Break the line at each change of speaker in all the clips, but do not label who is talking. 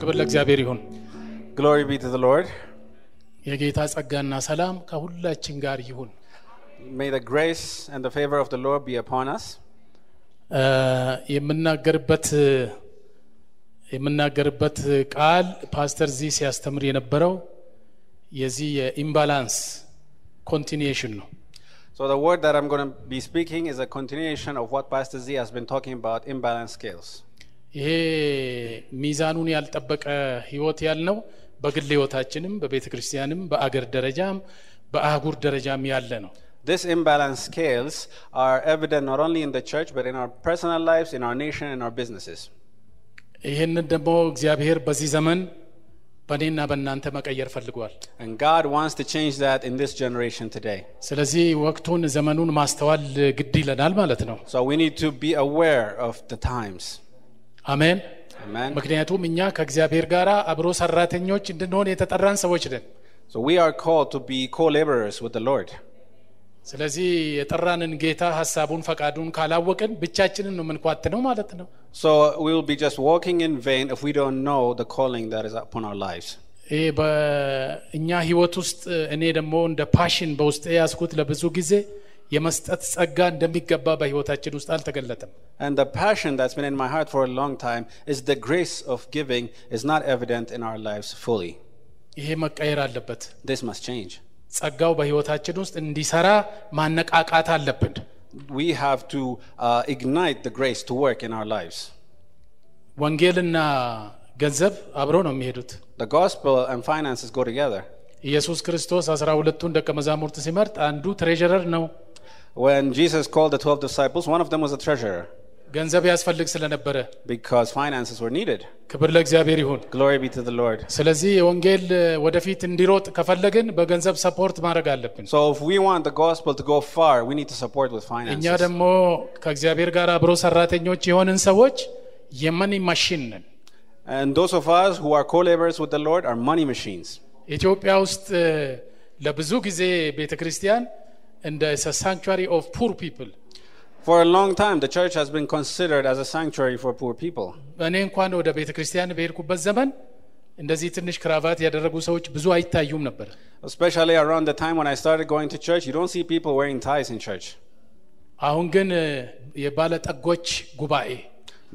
ክብር ለእግዚአብሔር ይሁን።
Glory be to the Lord.
የጌታ ጸጋና ሰላም ከሁላችን ጋር ይሁን።
May the grace and the favor of the Lord be upon us.
እ የምናገርበት የምናገርበት ቃል ፓስተር ዚ ሲያስተምር የነበረው የዚህ የኢምባላንስ ኮንቲኒሽን ነው።
So, the word that I'm going to be speaking is a continuation of what Pastor Z has been talking about imbalance scales.
ይሄ ሚዛኑን ያልጠበቀ ህይወት ያልነው በግል ህይወታችንም በቤተ ክርስቲያንም በአገር ደረጃም በአህጉር ደረጃም ያለ ነው።
These imbalance scales are evident not only in the church, but in our personal lives, in our nation, in our businesses.
ይህንን ደግሞ እግዚአብሔር በዚህ ዘመን በእኔና በእናንተ መቀየር ፈልጓል።
And God wants to change that in this generation today.
ስለዚህ ወቅቱን ዘመኑን ማስተዋል ግድ ይለናል ማለት ነው።
So, we need to be aware of the times.
አሜን።
Amen.
ምክንያቱም እኛ ከእግዚአብሔር ጋር አብሮ ሰራተኞች እንድንሆን የተጠራን ሰዎች ነን።
So, we are called to be co laborers with the Lord.
ስለዚህ የጠራንን ጌታ ሀሳቡን ፈቃዱን ካላወቅን ብቻችንን ነው የምንኳትነው ማለት ነው።
So, we will be just walking in vain if we don't know the calling that is upon our lives.
ይሄ በእኛ ህይወት ውስጥ እኔ ደግሞ እንደ ፓሽን በውስጥ የያዝኩት ለብዙ ጊዜ የመስጠት ጸጋ እንደሚገባ በህይወታችን ውስጥ አልተገለጠም።
And the passion that's been in my heart for a long time is the grace of giving is not evident in our lives fully.
ይሄ መቀየር አለበት።
This must change.
ጸጋው በህይወታችን ውስጥ እንዲሰራ ማነቃቃት አለብን።
We have to uh, ignite the grace to work in our lives.
ወንጌልና ገንዘብ አብሮ ነው የሚሄዱት።
The gospel and finances go together.
ኢየሱስ ክርስቶስ አስራ ሁለቱን ደቀ መዛሙርት ሲመርጥ አንዱ ትሬዥረር ነው።
When Jesus called the 12 disciples, one of them was a treasurer
ገንዘብ ያስፈልግ ስለነበረ
because finances were needed.
ክብር ለእግዚአብሔር ይሁን።
Glory be to the Lord.
ስለዚህ የወንጌል ወደፊት እንዲሮጥ ከፈለግን በገንዘብ ሰፖርት ማድረግ አለብን።
So, if we want the gospel to go far, we need to support with
እኛ
finances.
ደግሞ ከእግዚአብሔር ጋር አብሮ ሰራተኞች የሆንን ሰዎች የመኒ ማሽን ነን።
And those of us who are co laborers with the Lord are money machines.
ኢትዮጵያ ውስጥ እ፣ ለብዙ ጊዜ ቤተ ክርስቲያን እንደ ሳንክቹሪ ኦፍ ፑር ፒፕል
For a long time, the church has been considered as a sanctuary for poor people.
እኔ እንኳን ወደ ቤተ ክርስቲያን በሄድኩበት ዘመን እንደዚህ ትንሽ ክራቫት ያደረጉ ሰዎች ብዙ አይታዩም ነበር።
Especially around the time when I started going to church, you don't see people wearing ties in church.
አሁን ግን እ፣ የባለጠጎች ጉባኤ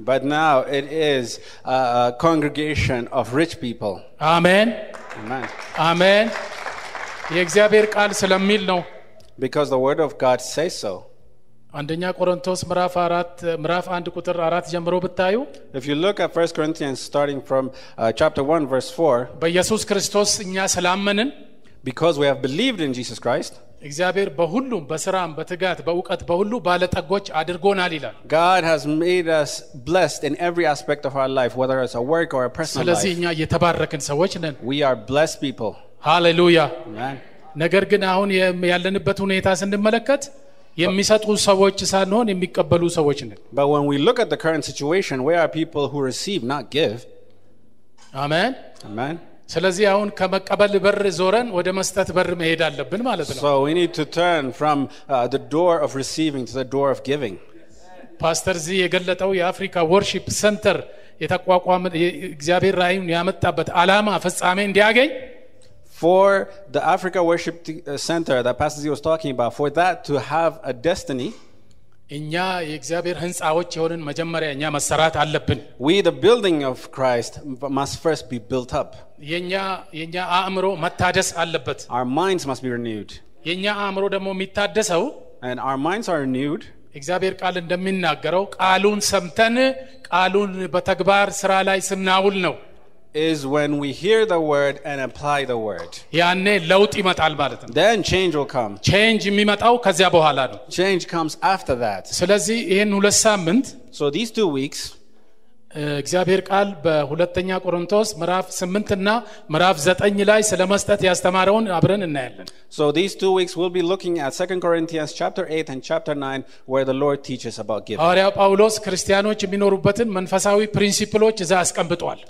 But now it is a a congregation of rich people.
አሜን
Amen.
አሜን። የእግዚአብሔር ቃል ስለሚል ነው።
Because the word of God says so.
አንደኛ ቆሮንቶስ ምዕራፍ አራት ምዕራፍ አንድ ቁጥር አራት ጀምሮ ብታዩ
If you look at 1 Corinthians starting from uh, chapter 1, verse 4,
በኢየሱስ ክርስቶስ እኛ ስላመንን
because we have believed in Jesus Christ,
እግዚአብሔር በሁሉም በስራም በትጋት በእውቀት በሁሉ ባለጠጎች አድርጎናል ይላል።
God has made us blessed in every aspect of our life, whether it's a work or a personal
ስለዚህ
life.
እኛ የተባረክን ሰዎች ነን።
We are blessed people.
ሃሌሉያ።
Amen.
ነገር ግን አሁን የም- ያለንበት ሁኔታ ስንመለከት የሚሰጡ ሰዎች ሳንሆን የሚቀበሉ ሰዎች ነን።
But when we look at the current situation, we are people who receive, not give.
አሜን።
Amen.
ስለዚህ አሁን ከመቀበል በር ዞረን ወደ መስጠት በር መሄድ አለብን ማለት ነው።
So we need to turn from uh, the door of receiving to the door of giving.
ፓስተር ዚ የገለጠው የአፍሪካ ወርሺፕ ሰንተር የተቋቋመ የ- እግዚአብሔር ራእዩን ያመጣበት ዓላማ ፍጻሜ እንዲያገኝ
For the Africa Worship T- uh, Center that Pastor Z was talking about, for that to have a destiny,
እኛ የእግዚአብሔር ሕንፃዎች የሆንን መጀመሪያ እኛ መሰራት አለብን።
we, the building of Christ, m- must first be built up.
የኛ የኛ አእምሮ መታደስ አለበት።
Our minds must be renewed.
የኛ አእምሮ ደግሞ የሚታደሰው
And our minds are renewed
እግዚአብሔር ቃል እንደሚናገረው ቃሉን ሰምተን ቃሉን በተግባር ስራ ላይ ስናውል ነው።
is when we hear the word and apply the word.
ያኔ ለውጥ ይመጣል ማለት ነው።
Then change will come.
ቼንጅ የሚመጣው ከዚያ በኋላ ነው።
Change comes after that.
ስለዚህ ይህን ሁለት ሳምንት
So these two weeks,
እ፣ እግዚአብሔር ቃል በሁለተኛ ቆሮንቶስ ምዕራፍ ስምንት እና ምዕራፍ ዘጠኝ ላይ ስለ መስጠት ያስተማረውን አብረን እናያለን።
So these two weeks we'll be looking at 2 Corinthians chapter 8 and chapter 9 where the Lord teaches about giving.
ሐዋርያው ጳውሎስ ክርስቲያኖች የሚኖሩበትን መንፈሳዊ ፕሪንሲፕሎች እዛ አስቀምጧል።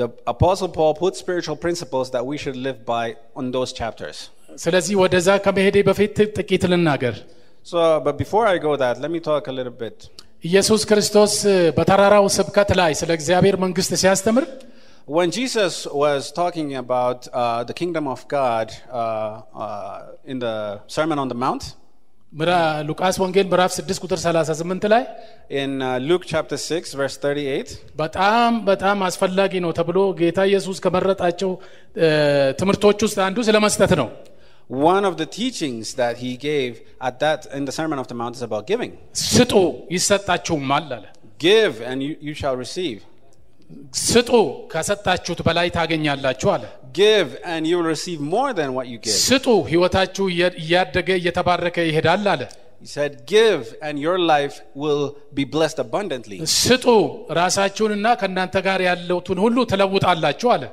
the apostle Paul put spiritual principles that we should live by on those chapters.
ስለዚህ ወደዛ ከመሄዴ በፊት ጥቂት ልናገር።
So but before I go that let me talk a little bit.
ኢየሱስ ክርስቶስ በተራራው ስብከት ላይ ስለ እግዚአብሔር መንግሥት ሲያስተምር
When Jesus was talking about uh, the kingdom of God uh, uh, in the Sermon on the Mount,
ምራ- ሉቃስ ወንጌል ምዕራፍ 6 ቁጥር 38 ላይ
in uh, Luke chapter 6, verse 38,
በጣም በጣም አስፈላጊ ነው ተብሎ ጌታ ኢየሱስ ከመረጣቸው እ፣ ትምህርቶች ውስጥ አንዱ ስለ መስጠት ነው።
one of the teachings that he gave at that in the Sermon of the Mount is about giving.
ስጡ ይሰጣችሁማል አለ።
Give and you, you shall receive.
ስጡ ከሰጣችሁት በላይ ታገኛላችሁ አለ።
Give and you will receive more than what you give.
ስጡ ህይወታችሁ እየ- እያደገ እየተባረከ ይሄዳል አለ።
He said, Give and your life will be blessed abundantly.
ስጡ ራሳችሁንና ከእናንተ ጋር ያለውትን ሁሉ ትለውጣላችሁ አለ።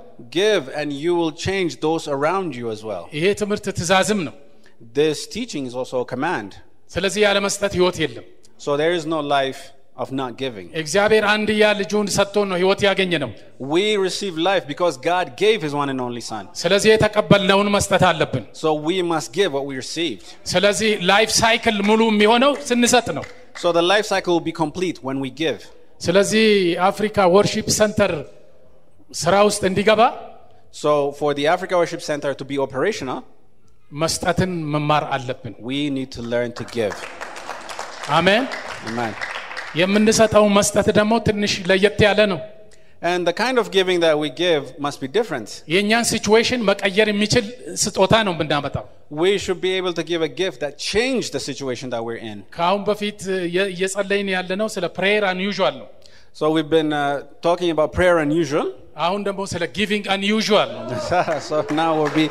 Give and you will change those around you as well.
ይሄ ትምህርት ትእዛዝም ነው።
This teaching is also a command.
ስለዚህ ያለመስጠት ህይወት የለም።
So there is no life of not giving.
እግዚአብሔር አንድያ ልጁን ሰጥቶን ነው ህይወት ያገኘ ነው።
We receive life because God gave His one and only Son.
ስለዚህ የተቀበልነውን መስጠት አለብን።
So we must give what we received.
ስለዚህ ላይፍ ሳይክል ሙሉ የሚሆነው ስንሰጥ ነው።
So the life cycle will be complete when we give.
ስለዚህ አፍሪካ ወርሺፕ ሰንተር ስራ ውስጥ እንዲገባ
So for the Africa Worship Center to be operational,
መስጠትን መማር አለብን።
we need to learn to give.
አሜን።
Amen.
የምንሰጠው መስጠት ደግሞ ትንሽ ለየት ያለ ነው።
And the kind of giving that we give must be different.
የእኛን ሲቹዌሽን መቀየር የሚችል ስጦታ ነው የምናመጣው።
We should be able to give a gift that changed the situation that we're in.
ከአሁን በፊት እየ- እየጸለይን ያለነው ስለ ፕሬየር አንዩዥዋል ነው።
So we've been uh, talking about prayer unusual.
አሁን ደግሞ ስለ ጊቪንግ አንዩዥዋል ነው።
so now we'll be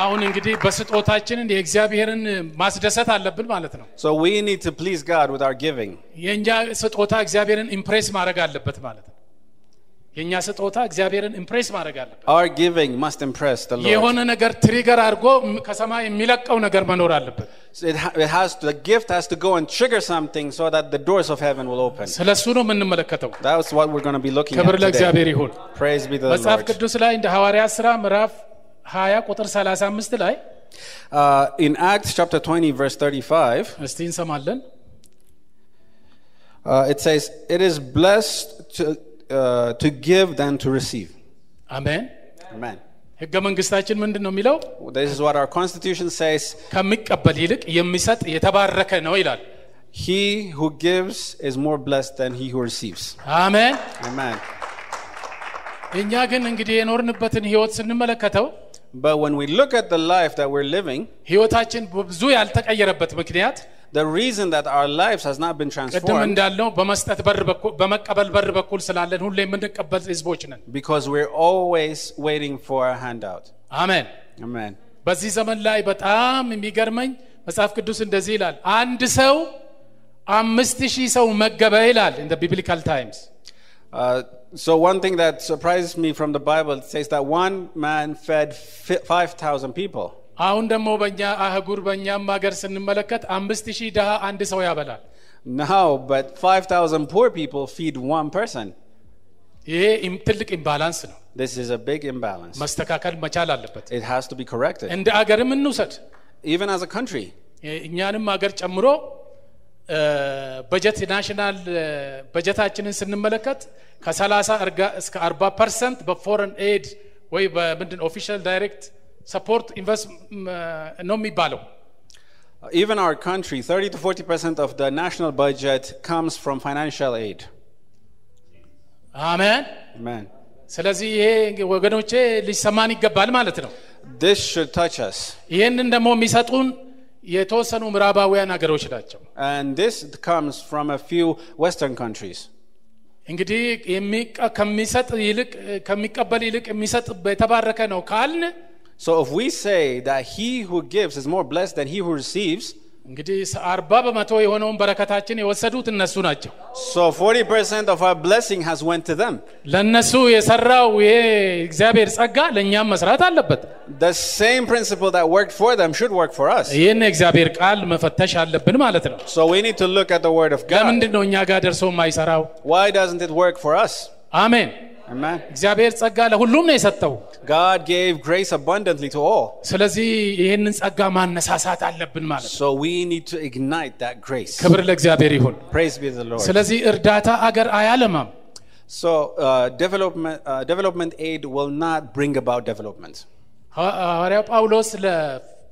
አሁን እንግዲህ በስጦታችንን የእግዚአብሔርን ማስደሰት አለብን ማለት ነው።
so we need to please God with our giving.
የእኛ ስጦታ እግዚአብሔርን ኢምፕሬስ ማድረግ አለበት ማለት ነው። የእኛ ስጦታ እግዚአብሔርን ኢምፕሬስ ማድረግ አለበት።
Our giving must impress the Lord.
የሆነ ነገር ትሪገር አድርጎ ም- ከሰማይ የሚለቀው ነገር መኖር አለበት።
It, ha- it has the gift has to go and trigger something so that the doors of heaven will open.
ስለ እሱ ነው የምንመለከተው።
That's what we're going to be looking
ክብር
at today.
ለእግዚአብሔር ይሁን።
Praise be to the
መጽሐፍ
Lord.
ቅዱስ ላይ እንደ ሐዋርያት ሥራ ምዕራፍ 20 ቁጥር 35 ላይ
Uh, in Acts chapter 20, verse 35,
እስቲ እንሰማለን።
uh, it says, "It is blessed to uh, to give than to receive."
አሜን።
Amen.
ሕገ መንግሥታችን ምንድን ነው የሚለው?
This is what our constitution says.
ከሚቀበል ይልቅ የሚሰጥ የተባረከ ነው ይላል።
He who gives is more blessed than he who receives.
አሜን።
Amen.
እኛ ግን እንግዲህ የኖርንበትን ሕይወት ስንመለከተው
But when we look at the life that we're living,
ሕይወታችን በብዙ ያልተቀየረበት ምክንያት
the reason that our lives has not been
ቅድም
transformed
እንዳልነው በመስጠት በር በኩል በመቀበል በር በኩል ስላለን ሁሌ የምንቀበል ሕዝቦች ነን።
because we're always waiting for a handout.
አሜን።
Amen.
በዚህ ዘመን ላይ በጣም የሚገርመኝ መጽሐፍ ቅዱስ እንደዚህ ይላል፣ አንድ ሰው አምስት ሺህ ሰው መገበ ይላል እንደ ቢብሊካል ታይምስ።
Uh, so one thing that surprises me from the Bible it says that one man fed fi- 5,000 people.
አሁን ደግሞ በእኛ አህጉር በእኛም ሀገር ስንመለከት አምስት ሺህ ድሃ አንድ ሰው ያበላል።
No, but 5,000 poor people feed one person.
ይሄ ኢም- ትልቅ ኢምባላንስ ነው፣
This is a big imbalance.
መስተካከል መቻል አለበት።
It has to be corrected.
እንደ አገርም እንውሰድ
Even as a country,
እኛንም አገር ጨምሮ እ፣ በጀት ናሽናል እ፣ በጀታችንን ስንመለከት ከ30 እርጋ- እስከ 40 ፐርሰንት በፎረን ኤድ ወይ በምንድን ኦፊሻል ዳይሬክት ሰፖርት ኢንቨስት ነው የሚባለው።
even our country, 30 to 40% of the national budget comes from financial aid.
አሜን።
Amen.
ስለዚህ ይሄ ወገኖቼ ሊሰማን ይገባል ማለት ነው።
This should touch us.
ይህንን ደግሞ የሚሰጡን የተወሰኑ ምዕራባውያን ሀገሮች ናቸው።
And this comes from a few Western countries.
እንግዲህ የሚቀ- ከሚሰጥ ይልቅ ከሚቀበል ይልቅ የሚሰጥ የተባረከ ነው ካልን
So if we say that he who gives is more blessed than he who receives,
እንግዲህ አርባ በመቶ የሆነውን በረከታችን የወሰዱት እነሱ ናቸው።
so 40% of our blessing has went to them.
ለእነሱ የሰራው ይሄ እግዚአብሔር ጸጋ ለእኛም መስራት አለበት።
The same principle that worked for them should work for us.
ይህን የእግዚአብሔር ቃል መፈተሽ አለብን ማለት ነው።
So we need to look at the word of God.
ለምንድን ነው እኛ ጋር ደርሶ የማይሰራው?
Why doesn't it work for us?
አሜን።
Amen.
እግዚአብሔር ጸጋ ለሁሉም ነው የሰጠው።
God gave grace abundantly to all.
ስለዚህ ይህንን ጸጋ ማነሳሳት አለብን ማለት ነው።
So we need to ignite that grace.
ክብር ለእግዚአብሔር ይሁን።
Praise be to the Lord.
ስለዚህ እርዳታ አገር አያለማም።
So uh, development, uh, development aid will not bring about development.
ሐዋ- ሐዋርያው ጳውሎስ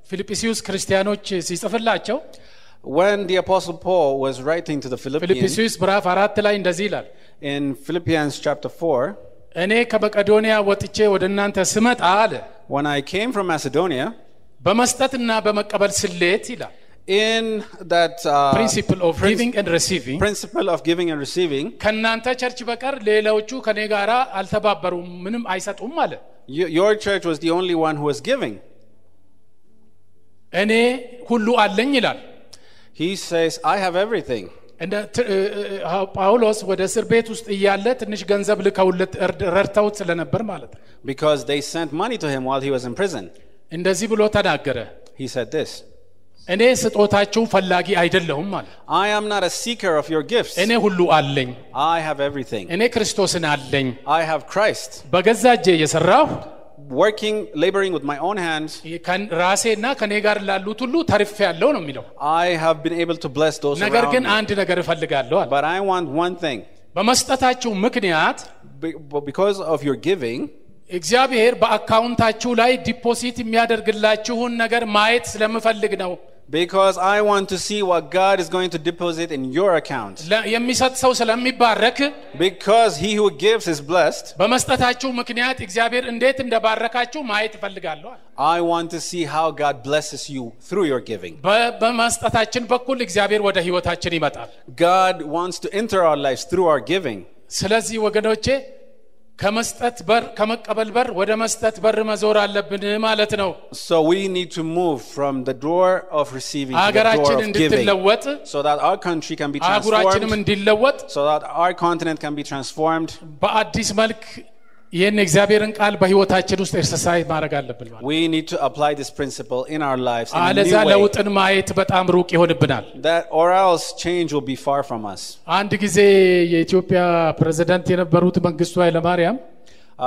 ለፊልጵስዩስ ክርስቲያኖች ሲጽፍላቸው
When the Apostle Paul was writing to the Philippians
ፊልጵስዩስ ምዕራፍ አራት ላይ እንደዚህ ይላል
in Philippians chapter 4,
እኔ ከመቄዶንያ ወጥቼ ወደ እናንተ ስመጣ አለ
when I came from Macedonia,
በመስጠትና በመቀበል ስሌት ይላል
in that uh,
ፕሪንሲፕል ኦፍ ጊቪንግ ኤንድ ሪሲቪንግ
principle of giving and receiving,
ከእናንተ ቸርች በቀር ሌሎቹ ከኔ ጋር አልተባበሩም ምንም አይሰጡም አለ
you, your church was the only one who was giving.
እኔ ሁሉ አለኝ ይላል
He says, I have everything.
እንደ ት- እ- እ- እ- ጳውሎስ ወደ እስር ቤት ውስጥ እያለ ትንሽ ገንዘብ ልከውለት እርድ- ረድተውት ስለነበር ማለት ነው
Because they sent money to him while he was in prison.
እንደዚህ ብሎ ተናገረ
He said this
እኔ ስጦታችሁን ፈላጊ አይደለሁም አለ
I am not a seeker of your gifts.
እኔ ሁሉ አለኝ
I have everything.
እኔ ክርስቶስን አለኝ
I have Christ.
በገዛ እጄ የሰራሁ
Working, laboring with my own hands,
ከን- ራሴና ከኔ ጋር ላሉት ሁሉ ተርፌ ያለው ነው የሚለው
I have been able to bless those
ነገር
around
ግን
me.
አንድ ነገር እፈልጋለሁ አለ
But I want one thing.
በመስጠታችሁ ምክንያት
Be- but because of your giving,
እግዚአብሔር በአካውንታችሁ ላይ ዲፖዚት የሚያደርግላችሁን ነገር ማየት ስለምፈልግ ነው
because I want to see what God is going to deposit in your account.
ለ- የሚሰጥ ሰው ስለሚባረክ
Because he who gives is blessed,
በመስጠታችሁ ምክንያት እግዚአብሔር እንዴት እንደባረካችሁ ማየት እፈልጋለሁ አለ።
I want to see how God blesses you through your giving.
በ- በመስጠታችን በኩል እግዚአብሔር ወደ ህይወታችን ይመጣል
God wants to enter our lives through our giving.
ስለዚህ ወገኖቼ ከመስጠት በር ከመቀበል በር ወደ መስጠት በር መዞር አለብን ማለት ነው
So we need to move from the door of receiving to the
ሀገራችን
door of giving
እንድትለወጥ
so that our country can be
አህጉራችንም
transformed,
እንዲለወጥ
so that our continent can be transformed.
በአዲስ መልክ ይህን እግዚአብሔርን ቃል በህይወታችን ውስጥ ኤክሰርሳይዝ ማድረግ አለብን ማለት ነው።
We need to apply this principle in our lives in a
አለዛ
new way.
ለውጥን ማየት በጣም ሩቅ ይሆንብናል
That or else change will be far from us.
አንድ ጊዜ የኢትዮጵያ ፕሬዝዳንት የነበሩት መንግስቱ ኃይለማርያም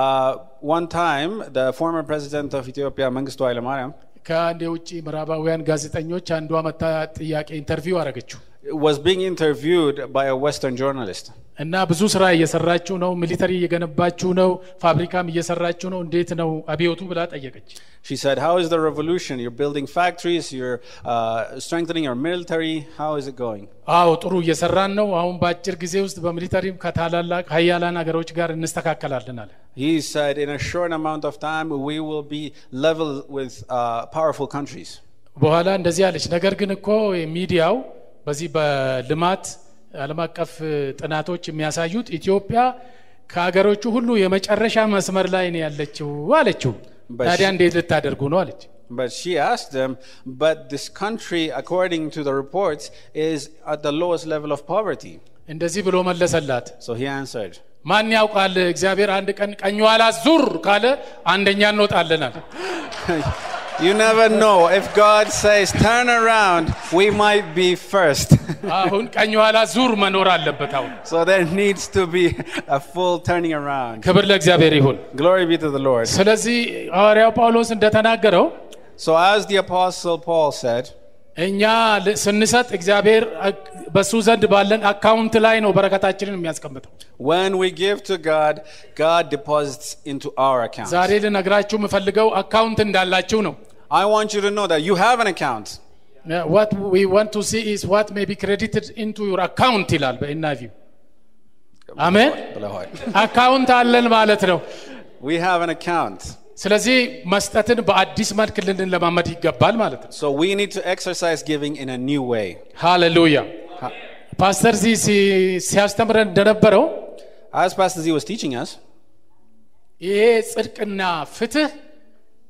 Uh, one time, the former president of Ethiopia, Mengistu Hailemariam,
ከአንድ የውጭ ምዕራባውያን ጋዜጠኞች አንዷ መታ ጥያቄ ኢንተርቪው አደረገችው
was being interviewed by a Western journalist.
እና ብዙ ስራ እየሰራችሁ ነው፣ ሚሊተሪ እየገነባችሁ ነው፣ ፋብሪካም እየሰራችሁ ነው፣ እንዴት ነው አብዮቱ ብላ ጠየቀች።
She said, "How is the revolution? You're building factories. You're uh, strengthening your military. How is it going?"
አዎ ጥሩ እየሰራን ነው፣ አሁን በአጭር ጊዜ ውስጥ በሚሊተሪም ከታላላቅ ሀያላን ሀገሮች ጋር እንስተካከላለን አለ።
He said, in a short amount of time, we will be level with uh, powerful countries.
በኋላ እንደዚህ አለች፣ ነገር ግን እኮ ሚዲያው በዚህ በልማት ዓለም አቀፍ ጥናቶች የሚያሳዩት ኢትዮጵያ ከሀገሮቹ ሁሉ የመጨረሻ መስመር ላይ ነው ያለችው አለችው።
በሽ-
ታዲያ እንዴት ልታደርጉ ነው አለች።
But she asked them, but this country, according to the reports, is at the lowest level of poverty.
እንደዚህ ብሎ መለሰላት።
So he answered,
ማን ያውቃል እግዚአብሔር አንድ ቀን ቀኙ አላት ዙር ካለ አንደኛ እንወጣለናል
You never know. If God says, turn around, we might be first.
አሁን ቀኙ አላት ዙር መኖር አለበት አሁን
so there needs to be a full turning around.
ክብር ለእግዚአብሔር ይሁን
Glory be to the Lord.
ስለዚህ ሐዋርያው ጳውሎስ እንደተናገረው
So, as the Apostle Paul said,
እኛ ል- ስንሰጥ እግዚአብሔር አክ- በሱ ዘንድ ባለን አካውንት ላይ ነው በረከታችንን የሚያስቀምጠው
When we give to God, God deposits into our account.
ዛሬ ልነግራችሁ የምፈልገው አካውንት እንዳላችሁ ነው
I want you to know that you have an account.
what we want to see is what may be credited into your account ይላል በኢናቪው አሜን አካውንት አለን ማለት ነው
We have an account.
ስለዚህ መስጠትን በአዲስ መልክ ልንለማመድ ይገባል ማለት ነው።
So we need to exercise giving in a new way.
ሃሌሉያ። ፓስተር ዚ ሲ- ሲያስተምረን እንደነበረው
As Pastor Z was teaching us,
ይሄ ጽድቅና ፍትህ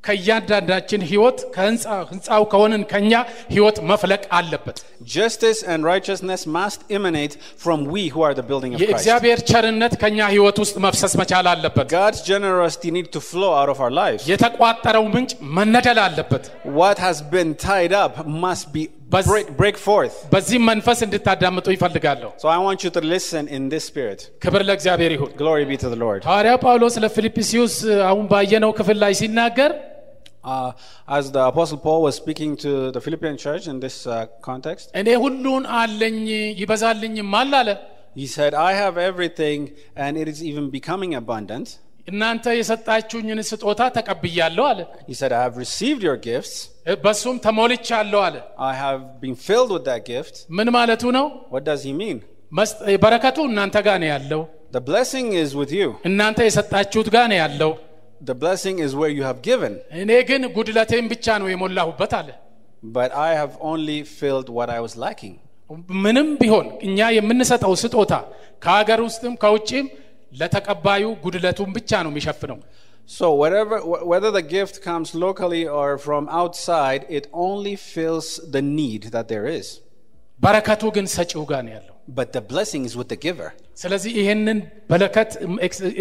ከእያንዳንዳችን ህይወት ከህንፃ ህንፃው ከሆንን ከኛ ህይወት መፍለቅ አለበት።
justice and righteousness must emanate from we who are the building of Christ.
የእግዚአብሔር ቸርነት ከኛ ህይወት ውስጥ መፍሰስ መቻል አለበት።
God's generosity needs to flow out of our lives.
የተቋጠረው ምንጭ መነደል አለበት።
What has been tied up must be
Bas-
break, break forth.
በዚህም መንፈስ እንድታዳምጡ ይፈልጋለሁ።
So I want you to listen in this spirit.
ክብር ለእግዚአብሔር ይሁን።
Glory be to the Lord.
ሐዋርያ ጳውሎስ ለፊልጵስዩስ አሁን ባየነው ክፍል ላይ ሲናገር
Uh, as the Apostle Paul was speaking to the Philippian church in this uh, context,
እኔ ሁሉን አለኝ ይበዛልኝም አለ
He said, I have everything, and it is even becoming abundant.
እናንተ የሰጣችሁኝን ስጦታ ተቀብያለሁ አለ።
He said, I have received your gifts.
በሱም ተሞልቻለሁ አለ።
I have been filled with that gift.
ምን ማለቱ ነው?
What does he mean?
መስጠ- በረከቱ እናንተ ጋር ነው ያለው።
The blessing is with you,
እናንተ የሰጣችሁት ጋር ነው ያለው።
the blessing is where you have given.
እኔ ግን ጉድለቴን ብቻ ነው የሞላሁበት አለ።
But I have only filled what I was lacking.
ምንም ቢሆን እኛ የምንሰጠው ስጦታ ከሀገር ውስጥም ከውጭም ለተቀባዩ ጉድለቱን ብቻ ነው የሚሸፍነው።
So, whatever, wh- whether the gift comes locally or from outside, it only fills the need that there is.
በረከቱ ግን ሰጪው ጋር ነው ያለው።
But the blessing is with the giver.
ስለዚህ ይህንን በረከት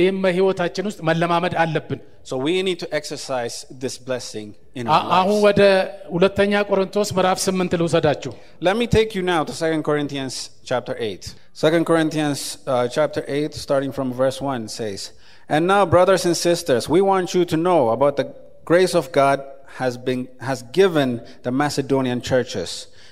ይህም ህይወታችን ውስጥ መለማመድ አለብን።
So, we need to exercise this blessing in
አ-
our
አሁን
lives.
ወደ ሁለተኛ ቆሮንቶስ ምዕራፍ ስምንት ልውሰዳችሁ።
Let me take you now to 2 Corinthians chapter 8. 2 Corinthians uh, chapter 8, starting from verse 1, says, And now, brothers and sisters, we want you to know about the grace of God has been has given the Macedonian churches.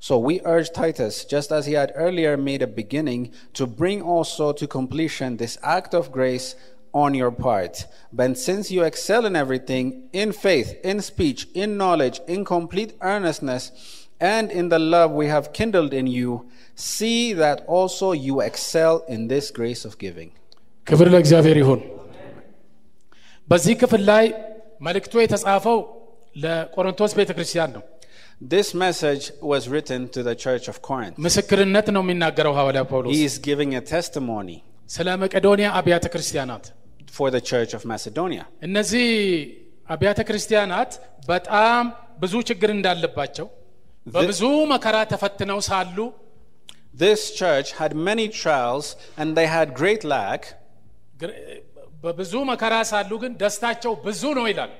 So we urge Titus, just as he had earlier made a beginning, to bring also to completion this act of grace on your part. But since you excel in everything, in faith, in speech, in knowledge, in complete earnestness, and in the love we have kindled in you, see that also you excel in this grace of giving.
ክብር ለእግዚአብሔር ይሁን። በዚህ ክፍል ላይ መልእክቱ የተጻፈው ለቆሮንቶስ ቤተ ክርስቲያን ነው።
This message was written to the church of Corinth.
ምስክርነት ነው የሚናገረው ሐዋርያ ጳውሎስ
He is giving a testimony
ስለ መቄዶንያ አብያተ ክርስቲያናት።
for the church of Macedonia.
እነዚህ አብያተ ክርስቲያናት በጣም ብዙ ችግር እንዳለባቸው በብዙ መከራ ተፈትነው ሳሉ
This church had many trials and they had great lack,
ግር- በብዙ መከራ ሳሉ ግን ደስታቸው ብዙ ነው ይላል።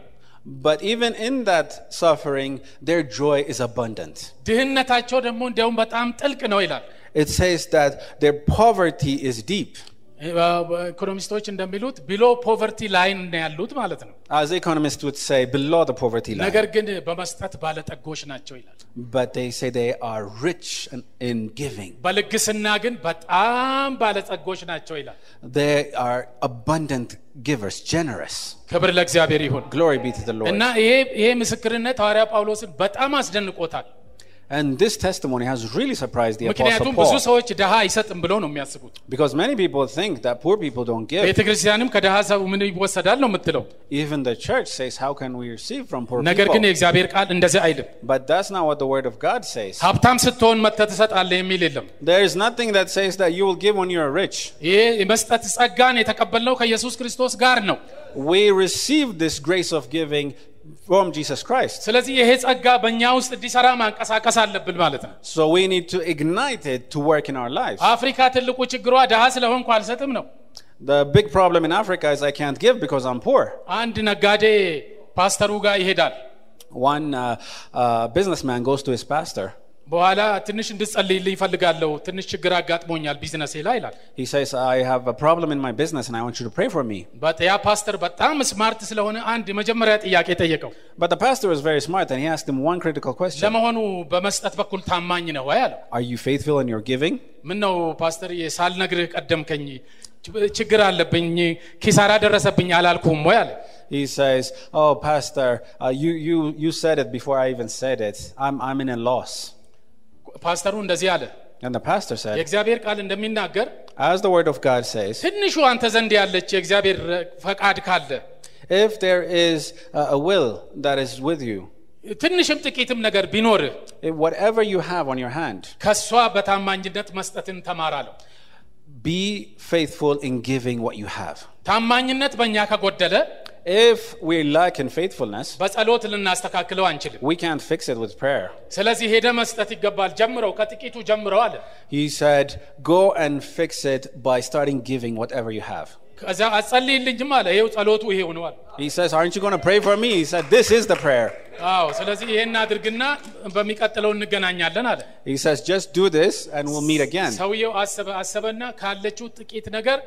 but even in that suffering, their joy is abundant.
ድህነታቸው ደግሞ እንዲያውም በጣም ጥልቅ ነው ይላል።
It says that their poverty is deep.
ኢኮኖሚስቶች እንደሚሉት ቢሎ ፖቨርቲ ላይን ነው ያሉት ማለት ነው።
As economists would say, below the poverty line.
ነገር ግን በመስጠት ባለጠጎች ናቸው ይላል።
But they say they are rich in- in giving,
በልግስና ግን በጣም ባለጠጎች ናቸው ይላል።
they are abundant givers, generous.
ክብር ለእግዚአብሔር ይሁን
Glory be to the
እና
Lord.
ይሄ ይሄ ምስክርነት ሐዋርያ ጳውሎስን በጣም አስደንቆታል።
And this testimony has really surprised the Apostle
ምክንያቱም ብዙ
Paul
ሰዎች ድሃ አይሰጥም ብለው ነው የሚያስቡት።
because many people think that poor people don't give.
ቤተ ክርስቲያንም ከድሃ ሰው ምን ይወሰዳል ነው የምትለው።
Even the church says, How can we receive from poor
ነገር ግን
people?
የእግዚአብሔር ቃል እንደዚህ አይልም።
But that's not what the Word of God says.
ሀብታም ስትሆን መጥተህ ትሰጣለህ የሚል የለም።
There is nothing that says that you will give when you are rich.
ይሄ የመስጠት ጸጋን የተቀበልነው ከኢየሱስ ክርስቶስ ጋር ነው።
We receive this grace of giving from Jesus Christ.
ስለዚህ ይሄ ጸጋ በእኛ ውስጥ እንዲሰራ ማንቀሳቀስ አለብን ማለት ነው።
So we need to ignite it to work in our lives.
አፍሪካ ትልቁ ችግሯ ድሃ ስለሆንኩ አልሰጥም ነው።
The big problem in Africa is I can't give because I'm poor.
አንድ ነጋዴ ፓስተሩ ጋር ይሄዳል።
One uh, uh, businessman goes to his pastor.
በኋላ ትንሽ እንድጸልይልኝ ይፈልጋለሁ፣ ትንሽ ችግር አጋጥሞኛል ቢዝነሴ ላይ ይላል።
He says, I have a problem in my business and I want you to pray for me.
በት- ያ ፓስተር በጣም ስማርት ስለሆነ አንድ የመጀመሪያ ጥያቄ ጠየቀው።
But the pastor was very smart and he asked him one critical question
ለመሆኑ በመስጠት በኩል ታማኝ ነህ ወይ አለው።
Are you faithful in your giving?
ምን ነው ፓስተር ሳልነግርህ ቀደምከኝ፣ ች- ችግር አለብኝ፣ ኪሳራ ደረሰብኝ አላልኩም ወይ አለ።
He says, Oh, pastor, uh, you, you, you said it before I even said it. I'm, I'm in a loss.
ፓስተሩ እንደዚህ አለ፣
And the pastor said,
የእግዚአብሔር ቃል እንደሚናገር
As the word of God says,
ትንሹ አንተ ዘንድ ያለች የእግዚአብሔር ፈቃድ ካለ
if there is uh, a will that is with you,
ትንሽም ጥቂትም ነገር ቢኖርህ
if whatever you have on your hand,
ከእሷ በታማኝነት መስጠትን ተማራለሁ።
be faithful in giving what you have.
ታማኝነት በእኛ ከጎደለ
If we lack in faithfulness,
በጸሎት ልናስተካክለው አንችልም።
we can't fix it with prayer.
ስለዚህ ሄደ መስጠት ይገባል። ጀምረው፣ ከጥቂቱ ጀምረው አለ።
He said, Go and fix it by starting giving whatever you have.
ከዛ አጸልይልኝም አለ። ይኸው ጸሎቱ ይሄ ሆነዋል።
He says, Aren't you going to pray for me? He said, This is the prayer.
አዎ፣ ስለዚህ ይሄን አድርግና በሚቀጥለው እንገናኛለን አለ።
He says, Just do this and we'll meet again.
ሰውየው አሰበ አሰበና ካለችው ጥቂት ነገር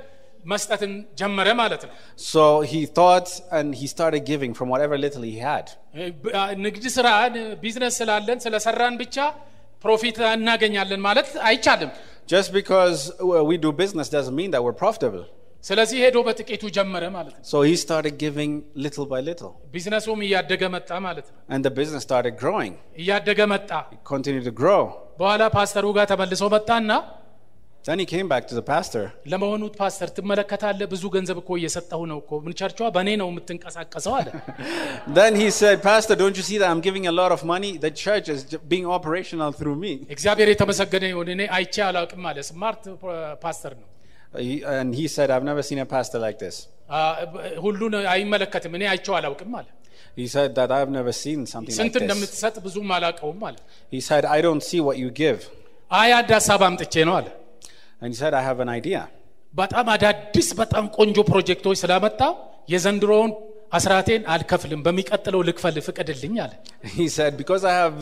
መስጠትን ጀመረ ማለት ነው።
So he thought and he started giving from whatever little he had.
ብ- አ- ንግድ ስራ ን- ቢዝነስ ስላለን ስለሰራን ብቻ ፕሮፊት እናገኛለን ማለት አይቻልም።
Just because well, we do business doesn't mean that we're profitable.
ስለዚህ ሄዶ በጥቂቱ ጀመረ ማለት ነው።
So he started giving little by little.
ቢዝነሱም እያደገ መጣ ማለት ነው።
And the business started growing,
እያደገ መጣ።
continued to grow.
በኋላ ፓስተሩ ጋር ተመልሶ መጣና
Then he came back to the pastor.
ለመሆኑ ፓስተር ትመለከታለህ፣ ብዙ ገንዘብ እኮ እየሰጠሁ ነው እኮ ምን ቸርቿ በእኔ ነው የምትንቀሳቀሰው አለ።
Then he said, Pastor, don't you see that I'm giving a lot of money? The church is j- being operational through me.
እግዚአብሔር የተመሰገነ ይሁን፣ እኔ አይቼ አላውቅም አለ። ስማርት ፓስተር ነው።
He- And he said, I've never seen a pastor like this.
አ፣ በ- ሁሉን አይመለከትም፣ እኔ አይቼው አላውቅም አለ።
He said that I've never seen something like
ስንት
this.
እንደምትሰጥ ብዙም አላውቀውም አለ።
He said, I don't see what you give.
አይ አንድ ሀሳብ አምጥቼ ነው አለ።
And he said, I have an idea.
በጣም አዳዲስ በጣም ቆንጆ ፕሮጀክቶች ስላመጣ የዘንድሮውን አስራቴን አልከፍልም፣ በሚቀጥለው ልክፈል ፍቀድልኝ አለ።
He said, Because I have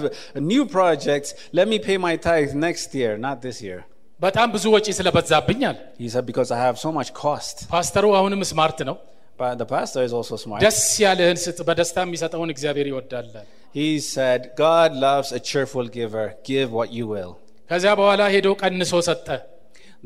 new projects, let me pay my tithe next year, not this year.
በጣም ብዙ ወጪ ስለበዛብኝ አለ።
He said, Because I have so much cost.
ፓስተሩ አሁንም ስማርት ነው።
But the pastor is also smart.
ደስ ያለህን ስጥ፣ በደስታ የሚሰጠውን እግዚአብሔር ይወዳል። አለ።
He said, God loves a cheerful giver. Give what you will.
ከዚያ በኋላ ሄዶ ቀንሶ ሰጠ።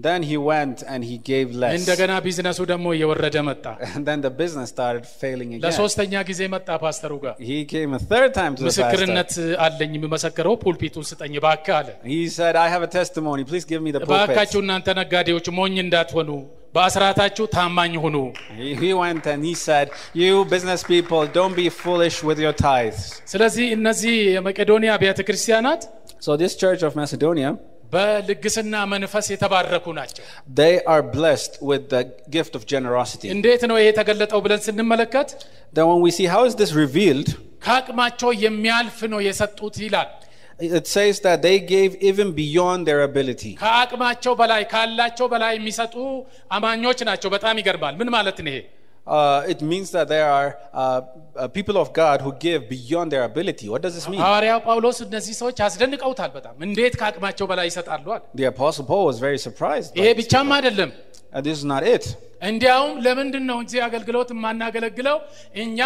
Then he went and he gave less.
እንደገና ቢዝነሱ ደግሞ እየወረደ መጣ።
And then the business started failing again.
ለሶስተኛ ጊዜ መጣ ፓስተሩ ጋር።
He came a third time to the pastor.
ምስክርነት አለኝ የምመሰክረው፣ ፑልፒቱን ስጠኝ እባክህ አለ።
He said, I have a testimony. Please give me the pulpit.
እባካችሁ እናንተ ነጋዴዎች ሞኝ እንዳትሆኑ፣ በአስራታችሁ ታማኝ ሁኑ።
He he went and he said, You business people, don't be foolish with your tithes.
ስለዚህ እነዚህ የመቄዶንያ አብያተ ክርስቲያናት
So, this church of Macedonia,
በልግስና መንፈስ የተባረኩ ናቸው።
they are blessed with the gift of generosity.
እንዴት ነው ይሄ የተገለጠው ብለን ስንመለከት
Then, when we see how is this revealed,
ከአቅማቸው የሚያልፍ ነው የሰጡት ይላል።
it says that they gave even beyond their ability.
ከአቅማቸው በላይ ካላቸው በላይ የሚሰጡ አማኞች ናቸው። በጣም ይገርማል። ምን ማለት ነው ይሄ?
Uh, it means that there are uh, uh, people of God who give beyond their ability. What does this mean?
ሐዋርያው ጳውሎስ እነዚህ ሰዎች አስደንቀውታል። በጣም እንዴት ከአቅማቸው በላይ ይሰጣሉ አለ።
The Apostle Paul was very surprised.
ይሄ
But,
ብቻም አይደለም።
uh, this is not it.
እንዲያውም ለምንድን ነው እዚህ አገልግሎት የማናገለግለው እኛ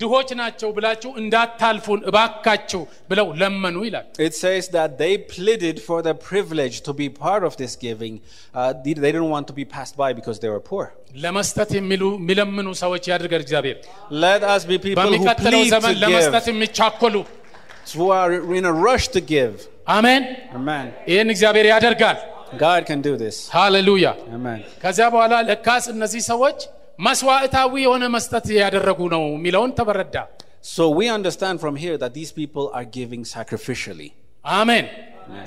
ድሆች ናቸው ብላችሁ እንዳታልፉን እባካችሁ ብለው ለመኑ ይላል።
It says that they pleaded for the privilege to be part of this giving. Uh, they they didn't want to be passed by because they were poor.
ለመስጠት የሚሉ የሚለምኑ ሰዎች ያድርገን እግዚአብሔር።
Let us be people who
በሚቀጥለው
plead
ዘመን ለመስጠት
to
የሚቻኮሉ
give, who are in a rush to give.
አሜን።
Amen.
ይህን እግዚአብሔር ያደርጋል።
God can do this.
ሃሌሉያ።
Amen.
ከዚያ በኋላ ለካስ እነዚህ ሰዎች መስዋዕታዊ የሆነ መስጠት ያደረጉ ነው የሚለውን ተበረዳ።
So we understand from here that these people are giving sacrificially.
አሜን።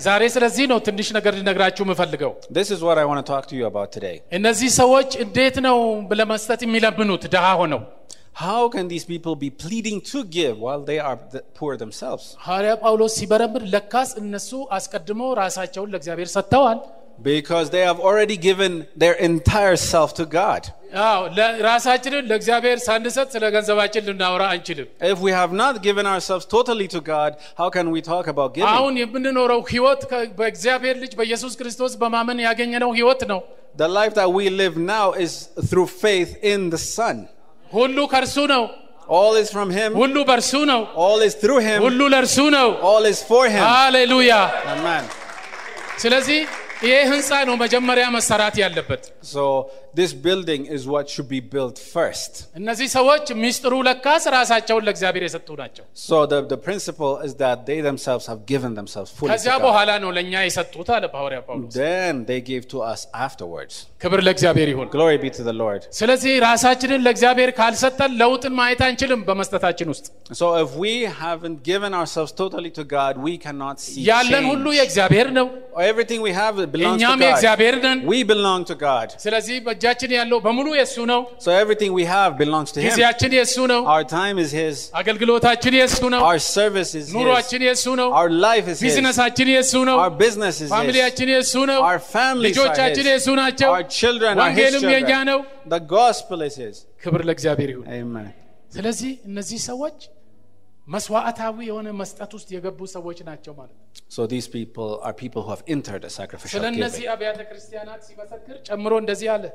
ዛሬ ስለዚህ ነው ትንሽ ነገር ልነግራችሁ የምፈልገው።
This is what I want to talk to you about today.
እነዚህ ሰዎች እንዴት ነው ለመስጠት የሚለምኑት ድሃ ሆነው?
How can these people be pleading to give while they are th- poor themselves?
ሐዋርያ ጳውሎስ ሲበረምር ለካስ እነሱ አስቀድሞ ራሳቸውን ለእግዚአብሔር ሰጥተዋል።
Because they have already given their entire self to God.
አዎ ለ- ራሳችንን ለእግዚአብሔር ሳንሰጥ ስለ ገንዘባችን ልናወራ አንችልም።
If we have not given ourselves totally to God, how can we talk about giving?
አሁን የምንኖረው ህይወት ከ- በእግዚአብሔር ልጅ በኢየሱስ ክርስቶስ በማመን ያገኘነው ህይወት ነው።
The life that we live now is through faith in the Son.
ሁሉ ከእርሱ ነው።
All is from Him,
ሁሉ በእርሱ ነው።
all is through Him,
ሁሉ ለእርሱ ነው።
all is for
Ah.
Him.
ሃሌሉያ።
Amen.
ስለዚህ ይሄ ህንፃ ነው መጀመሪያ መሰራት ያለበት።
So, this building is what should be built first.
እነዚህ ሰዎች ሚስጥሩ ለካስ ራሳቸውን ለእግዚአብሔር የሰጡ ናቸው።
So, the, the principle is that they themselves have given themselves fully to
ከዚያ
God.
በኋላ ነው ለእኛ የሰጡት አለ ሐዋርያ ጳውሎስ።
Then they gave to us afterwards.
ክብር ለእግዚአብሔር ይሁን።
Glory be to the Lord.
ስለዚህ ራሳችንን ለእግዚአብሔር ካልሰጠን ለውጥን ማየት አንችልም። በመስጠታችን ውስጥ
So, if we haven't given ourselves totally to God, we cannot see
ያለን ሁሉ
change.
የእግዚአብሔር ነው፣
Everything we have belongs
እኛም
to God.
የእግዚአብሔር ነን።
We belong to God.
ስለዚህ በእጃ- እጃችን ያለው በሙሉ የእሱ ነው።
So everything we have belongs to Him.
ጊዜያችን የእሱ ነው።
Our time is His.
አገልግሎታችን የእሱ ነው።
Our service is His.
ኑሯችን የእሱ ነው።
Our life is His.
ቢዝነሳችን የእሱ ነው።
Our business is His.
ፋሚሊያችን የእሱ ነው።
Our families are
ልጆቻችን
His.
የእሱ ናቸው።
Our children are His
ወንጌልም የእኛ
children.
ነው።
The gospel is His.
ክብር ለእግዚአብሔር ይሁን።
Amen.
ስለዚህ እነዚህ ሰዎች መስዋዕታዊ የሆነ መስጠት ውስጥ የገቡ ሰዎች ናቸው ማለት ነው።
So these people are people who have entered the sacrificial
ስለ እነዚህ
giving.
አብያተ ክርስቲያናት ሲመሰክር ጨምሮ እንደዚህ አለ።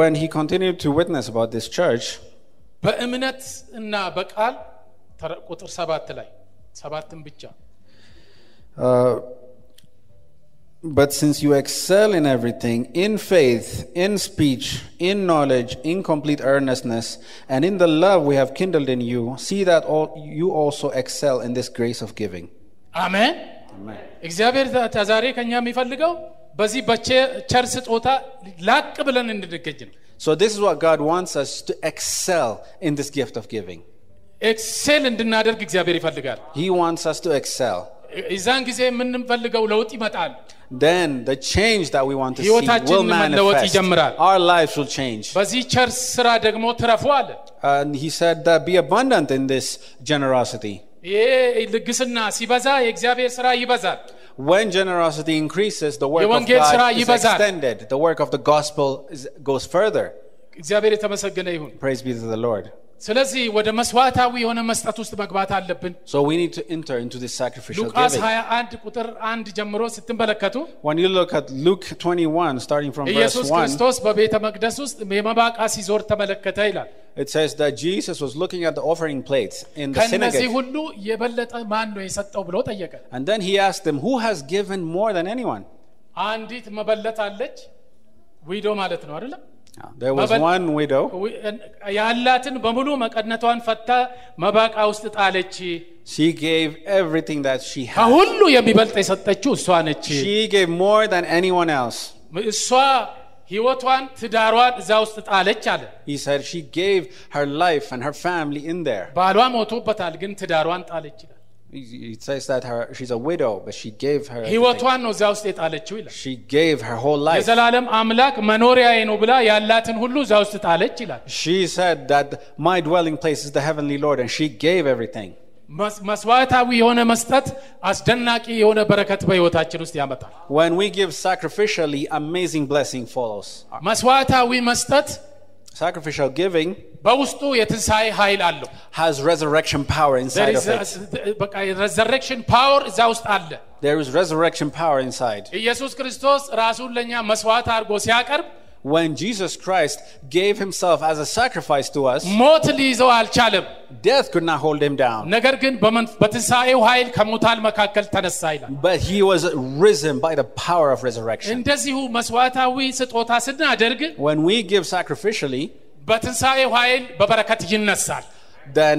When he continued to witness about this church,
በእምነት እና በቃል ተረ- ቁጥር ሰባት ላይ ሰባትን ብቻ
uh, but since you excel in everything, in faith, in speech, in knowledge, in complete earnestness, and in the love we have kindled in you, see that all, you also excel in this grace of giving.
አሜን።
Amen.
እግዚአብሔር ዛ- ዛ- ዛሬ ከኛ የሚፈልገው በዚህ በቸር ስጦታ ላቅ ብለን እንድንገኝ ነው።
So this is what God wants us to excel in this gift of giving.
ኤክሴል እንድናደርግ እግዚአብሔር ይፈልጋል።
He wants us to excel.
የዛን ጊዜ የምንፈልገው ለውጥ ይመጣል።
Then the change that we want to see will
ሕይወታችንን መለወጥ
manifest.
ይጀምራል።
Our lives will change.
በዚህ ቸር ስራ ደግሞ ትረፉ አለ።
And he said that be abundant in this generosity.
ይሄ ልግስና ሲበዛ የእግዚአብሔር ስራ ይበዛል።
When generosity increases, the work of
የወንጌል ስራ
God is
ይበዛል።
extended. The work of the gospel is, goes further.
እግዚአብሔር የተመሰገነ ይሁን።
Praise be to the Lord.
ስለዚህ ወደ መስዋዕታዊ የሆነ መስጠት ውስጥ መግባት አለብን።
So we need to enter into this sacrificial
ሉቃስ
giving.
21 ቁጥር አንድ ጀምሮ ስትመለከቱ
When you look at Luke 21, starting from verse
ኢየሱስ
1,
ክርስቶስ በቤተ መቅደስ ውስጥ የመባ ዕቃ ሲዞር ተመለከተ ይላል።
it says that Jesus was looking at the offering plates in the
ከእነዚህ
synagogue.
ሁሉ የበለጠ ማን ነው የሰጠው ብሎ ጠየቀ።
And then he asked them, Who has given more than anyone?
አንዲት መበለት አለች፣ ዊዶ ማለት ነው አይደለም?
Now, there was
Mabal-
one widow.
ያላትን በሙሉ መቀነቷን ፈታ መባ ዕቃ ውስጥ ጣለች።
She gave everything that she had.
ከሁሉ የሚበልጥ የሰጠችው እሷ ነች።
She gave more than anyone else.
እሷ ሕይወቷን ትዳሯን እዛ ውስጥ ጣለች አለ።
He said she gave her life and her family in there.
ባሏ ሞቶበታል፣ ግን ትዳሯን ጣለች ይላል።
It says that her, she's a widow, but she gave her everything.
ሕይወቷን ነው እዛ ውስጥ የጣለችው ይላል።
She gave her whole life.
የዘላለም አምላክ መኖሪያዬ ነው ብላ ያላትን ሁሉ እዛ ውስጥ ጣለች ይላል።
She said that my dwelling place is the heavenly Lord, and she gave everything.
መስ- መስዋዕታዊ የሆነ መስጠት አስደናቂ የሆነ በረከት በሕይወታችን ውስጥ ያመጣል።
When we give sacrificially, amazing blessing follows.
መስዋዕታዊ መስጠት
Sacrificial giving
በውስጡ የትንሣኤ ኃይል አለው።
has resurrection power inside of it.
ሬዘሬክሽን ፓወር እዛ ውስጥ አለ።
There is resurrection power inside.
ኢየሱስ ክርስቶስ ራሱን ለእኛ መስዋዕት አድርጎ ሲያቀርብ
When Jesus Christ gave himself as a sacrifice to us,
ሞት ሊይዘው አልቻለም።
death could not hold him down.
ነገር ግን በመን- በትንሣኤው ኃይል ከሙታን መካከል ተነሳ ይላል።
But he was risen by the power of resurrection.
እንደዚሁ መስዋዕታዊ ስጦታ ስናደርግ
When we give sacrificially,
በትንሣኤው ኃይል በበረከት ይነሳል።
then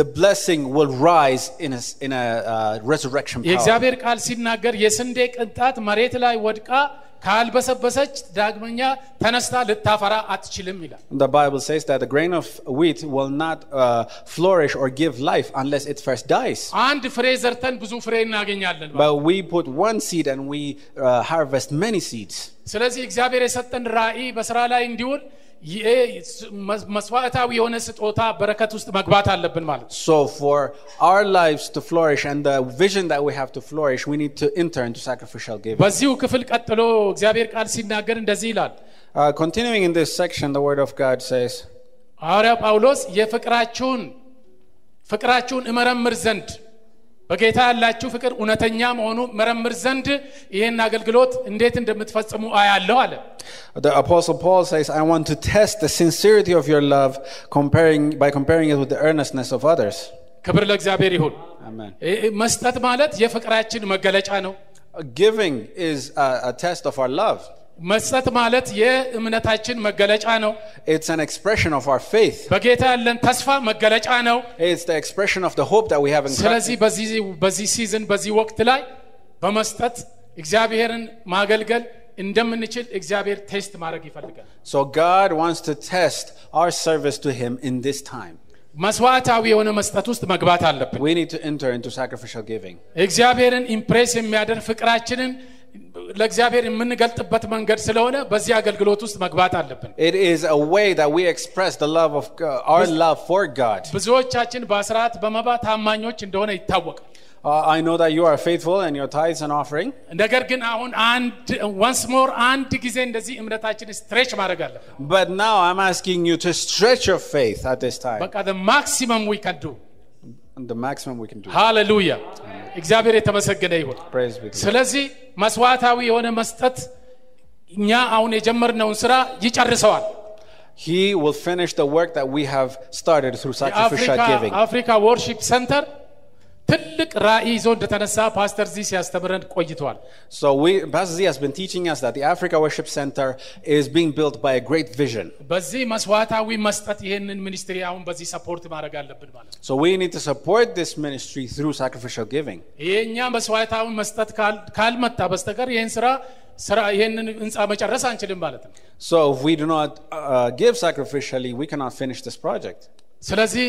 the blessing will rise in a, in a uh, resurrection power.
የእግዚአብሔር ቃል ሲናገር የስንዴ ቅንጣት መሬት ላይ ወድቃ ካልበሰበሰች ዳግመኛ ተነስታ ልታፈራ አትችልም ይላል።
The Bible says that the grain of wheat will not uh, flourish or give life unless it first dies.
አንድ ፍሬ ዘርተን ብዙ ፍሬ እናገኛለን። ማለት ነው።
But we put one seed and we uh, harvest many seeds.
ስለዚህ እግዚአብሔር የሰጠን ራእይ በስራ ላይ እንዲውል ይሄ መስ- መስዋዕታዊ የሆነ ስጦታ በረከት ውስጥ መግባት አለብን ማለት ነው።
So, for our lives to flourish and the vision that we have to flourish, we need to enter into sacrificial giving.
በዚሁ ክፍል ቀጥሎ እግዚአብሔር ቃል ሲናገር እንደዚህ ይላል።
Uh, continuing in this section, the Word of God says,
ሐዋርያ ጳውሎስ የፍቅራችሁን ፍቅራችሁን እመረምር ዘንድ በጌታ ያላችሁ ፍቅር እውነተኛ መሆኑ መረምር ዘንድ ይህን አገልግሎት እንዴት እንደምትፈጽሙ አያለሁ አለ።
The Apostle Paul says, I want to test the sincerity of your love comparing, by comparing it with the earnestness of others.
ክብር ለእግዚአብሔር ይሁን።
Amen.
እ- እ- መስጠት ማለት የፍቅራችን መገለጫ ነው።
Giving is a, a test of our love,
መስጠት ማለት የእምነታችን መገለጫ ነው።
it's an expression of our faith,
በጌታ ያለን ተስፋ መገለጫ ነው።
it's the expression of the hope that we have in Christ.
ስለዚህ በዚህ በዚህ ሲዝን በዚህ ወቅት ላይ በመስጠት እግዚአብሔርን ማገልገል እንደምንችል እግዚአብሔር ቴስት ማድረግ ይፈልጋል።
So, God wants to test our service to Him in this time.
መስዋዕታዊ የሆነ መስጠት ውስጥ መግባት አለብን።
We need to enter into sacrificial giving.
እግዚአብሔርን ኢምፕሬስ የሚያደርግ ፍቅራችንን ለእግዚአብሔር የምንገልጥበት መንገድ ስለሆነ በዚህ አገልግሎት ውስጥ መግባት አለብን።
It is a way that we express the love of God, our love for God.
ብዙዎቻችን በአስራት በመባ ታማኞች እንደሆነ ይታወቃል።
Uh, I know that you are faithful and your tithes and offering,
ነገር ግን አሁን አንድ ወንስ ሞር አንድ ጊዜ እንደዚህ እምነታችን ስትሬች ማድረግ አለብን።
but now I'm asking you to stretch your faith at this time.
በቃ ማክሲመም ዊ ከን ዱ
the maximum we can do.
ሃሌሉያ። እግዚአብሔር የተመሰገነ ይሁን።
Praise be to God.
ስለዚህ መስዋዕታዊ የሆነ መስጠት እኛ አሁን የጀመርነውን ስራ ይጨርሰዋል።
He will finish the work that we have started through sacrificial
የአፍሪካ-
giving.
አፍሪካ ወርሺፕ ሰንተር ትልቅ ራዕይ ይዞ እንደተነሳ ፓስተር ዚ ሲያስተምረን ቆይተዋል።
So we, Pastor Z has been teaching us that the Africa Worship Center is being built by a great vision.
በዚህ መስዋዕታዊ መስጠት ይህንን ሚኒስትሪ አሁን በዚህ ሰፖርት ማድረግ አለብን ማለት ነው።
So we need to support this ministry through sacrificial giving.
የእኛ መስዋዕታዊ መስጠት ካል- ካልመጣ በስተቀር ይህን ስራ ስራ ይህንን ህንፃ መጨረስ አንችልም ማለት ነው።
So if we do not uh, give sacrificially, we cannot finish this project.
ስለዚህ